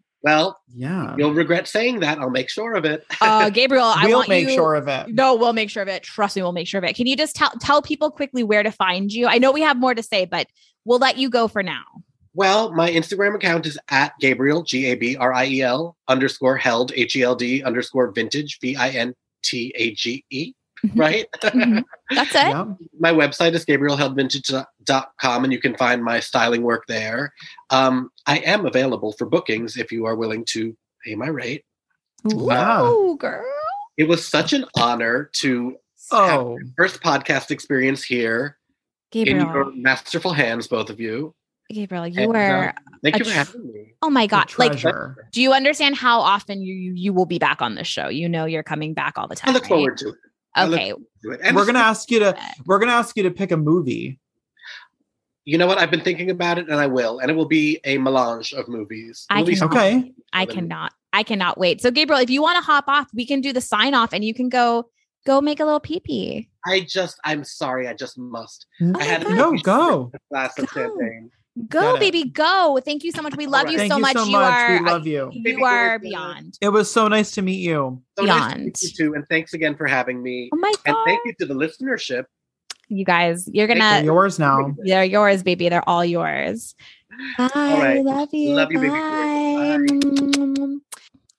A: Oh.
C: well
B: Yeah.
C: you'll regret saying that i'll make sure of it
A: Uh, Gabriel, I
B: we'll
A: want
B: make
A: you-
B: sure of it.
A: No, we'll make sure of it. Trust me, we'll make sure of it. Can you just tell tell people quickly where to find you? I know we have more to say, but we'll let you go for now.
C: Well, my Instagram account is at Gabriel, G A B R I E L, underscore held, H E L D, underscore vintage, V I N T A G E, right?
A: Mhm. That's it.
B: Yep.
C: my website is gabrielheldvintage.com and you can find my styling work there. Um, I am available for bookings if you are willing to pay my rate.
B: Yeah.
A: Ooh, girl.
C: It was such an honor to
B: Oh,
C: first podcast experience here in your
A: Gabriel,
C: masterful hands, both of you.
A: Gabriel, you
C: And, uh,
A: were
C: Thank
A: A
C: you for
A: tr-
C: having me.
A: oh my
B: got
A: god, like
B: treasure.
A: Do you understand how often you you, you will be back on this show? You know you're coming back all the time.
C: I look
A: right?
C: forward to it. I look
A: Okay.
C: to it. And
B: we're gonna ask you to. We're gonna ask you to pick a movie.
C: You know what? I've been thinking about it, and I will, and it will be a melange of movies.
A: I
C: Movies-
A: cannot.
B: Okay.
A: I cannot. I cannot wait. So Gabriel, if you want to hop off, we can do the sign off and you can go go make a little pee pee.
C: I just, I'm sorry, I just must.
B: No,
C: I had
A: God.
C: a
B: No, go.
C: glass of
A: Go.
C: champagne.
A: Go,
B: Get it.
A: baby, go. Thank you so much. We love
C: right.
A: you,
B: Thank
A: so,
B: you
A: much.
B: so
A: You
B: much.
A: are
B: we love you.
C: Baby,
A: you
C: go
A: are
C: with me.
A: beyond.
B: It was so nice to meet you.
C: So nice to
A: Beyond.
C: meet you too, and thanks again for having me.
A: Oh my
C: And
A: god.
C: thank you to the listenership.
A: You guys, you're
C: Thank
A: gonna
B: They're yours now.
A: they're yours, baby. They're all yours. Bye.
C: right.
A: Love you.
C: Love you, baby girl.
A: Bye.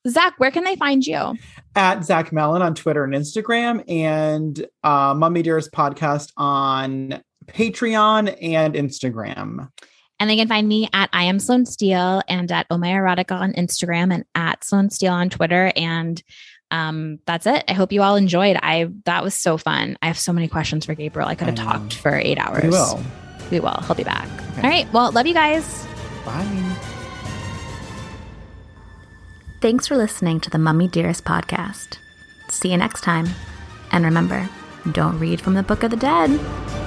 A: Zach, where can they find you?
B: At Zach Mellon on Twitter and Instagram and uh, Mummy Dearest Podcast on Patreon and Instagram.
A: And they can find me at I am Sloan Steele and at Oh My Erotica on Instagram and at Sloan Steele on Twitter. And um, that's it. I hope you all enjoyed. I that was so fun. I have so many questions for Gabriel. I could have
B: I know.
A: talked for eight hours.
B: We will.
A: We will. He'll be back.
B: Okay.
A: All right. Well, love you guys.
B: Bye.
E: Thanks for listening to the Mummy Dearest podcast. See you next time. And remember, don't read from the Book of the Dead.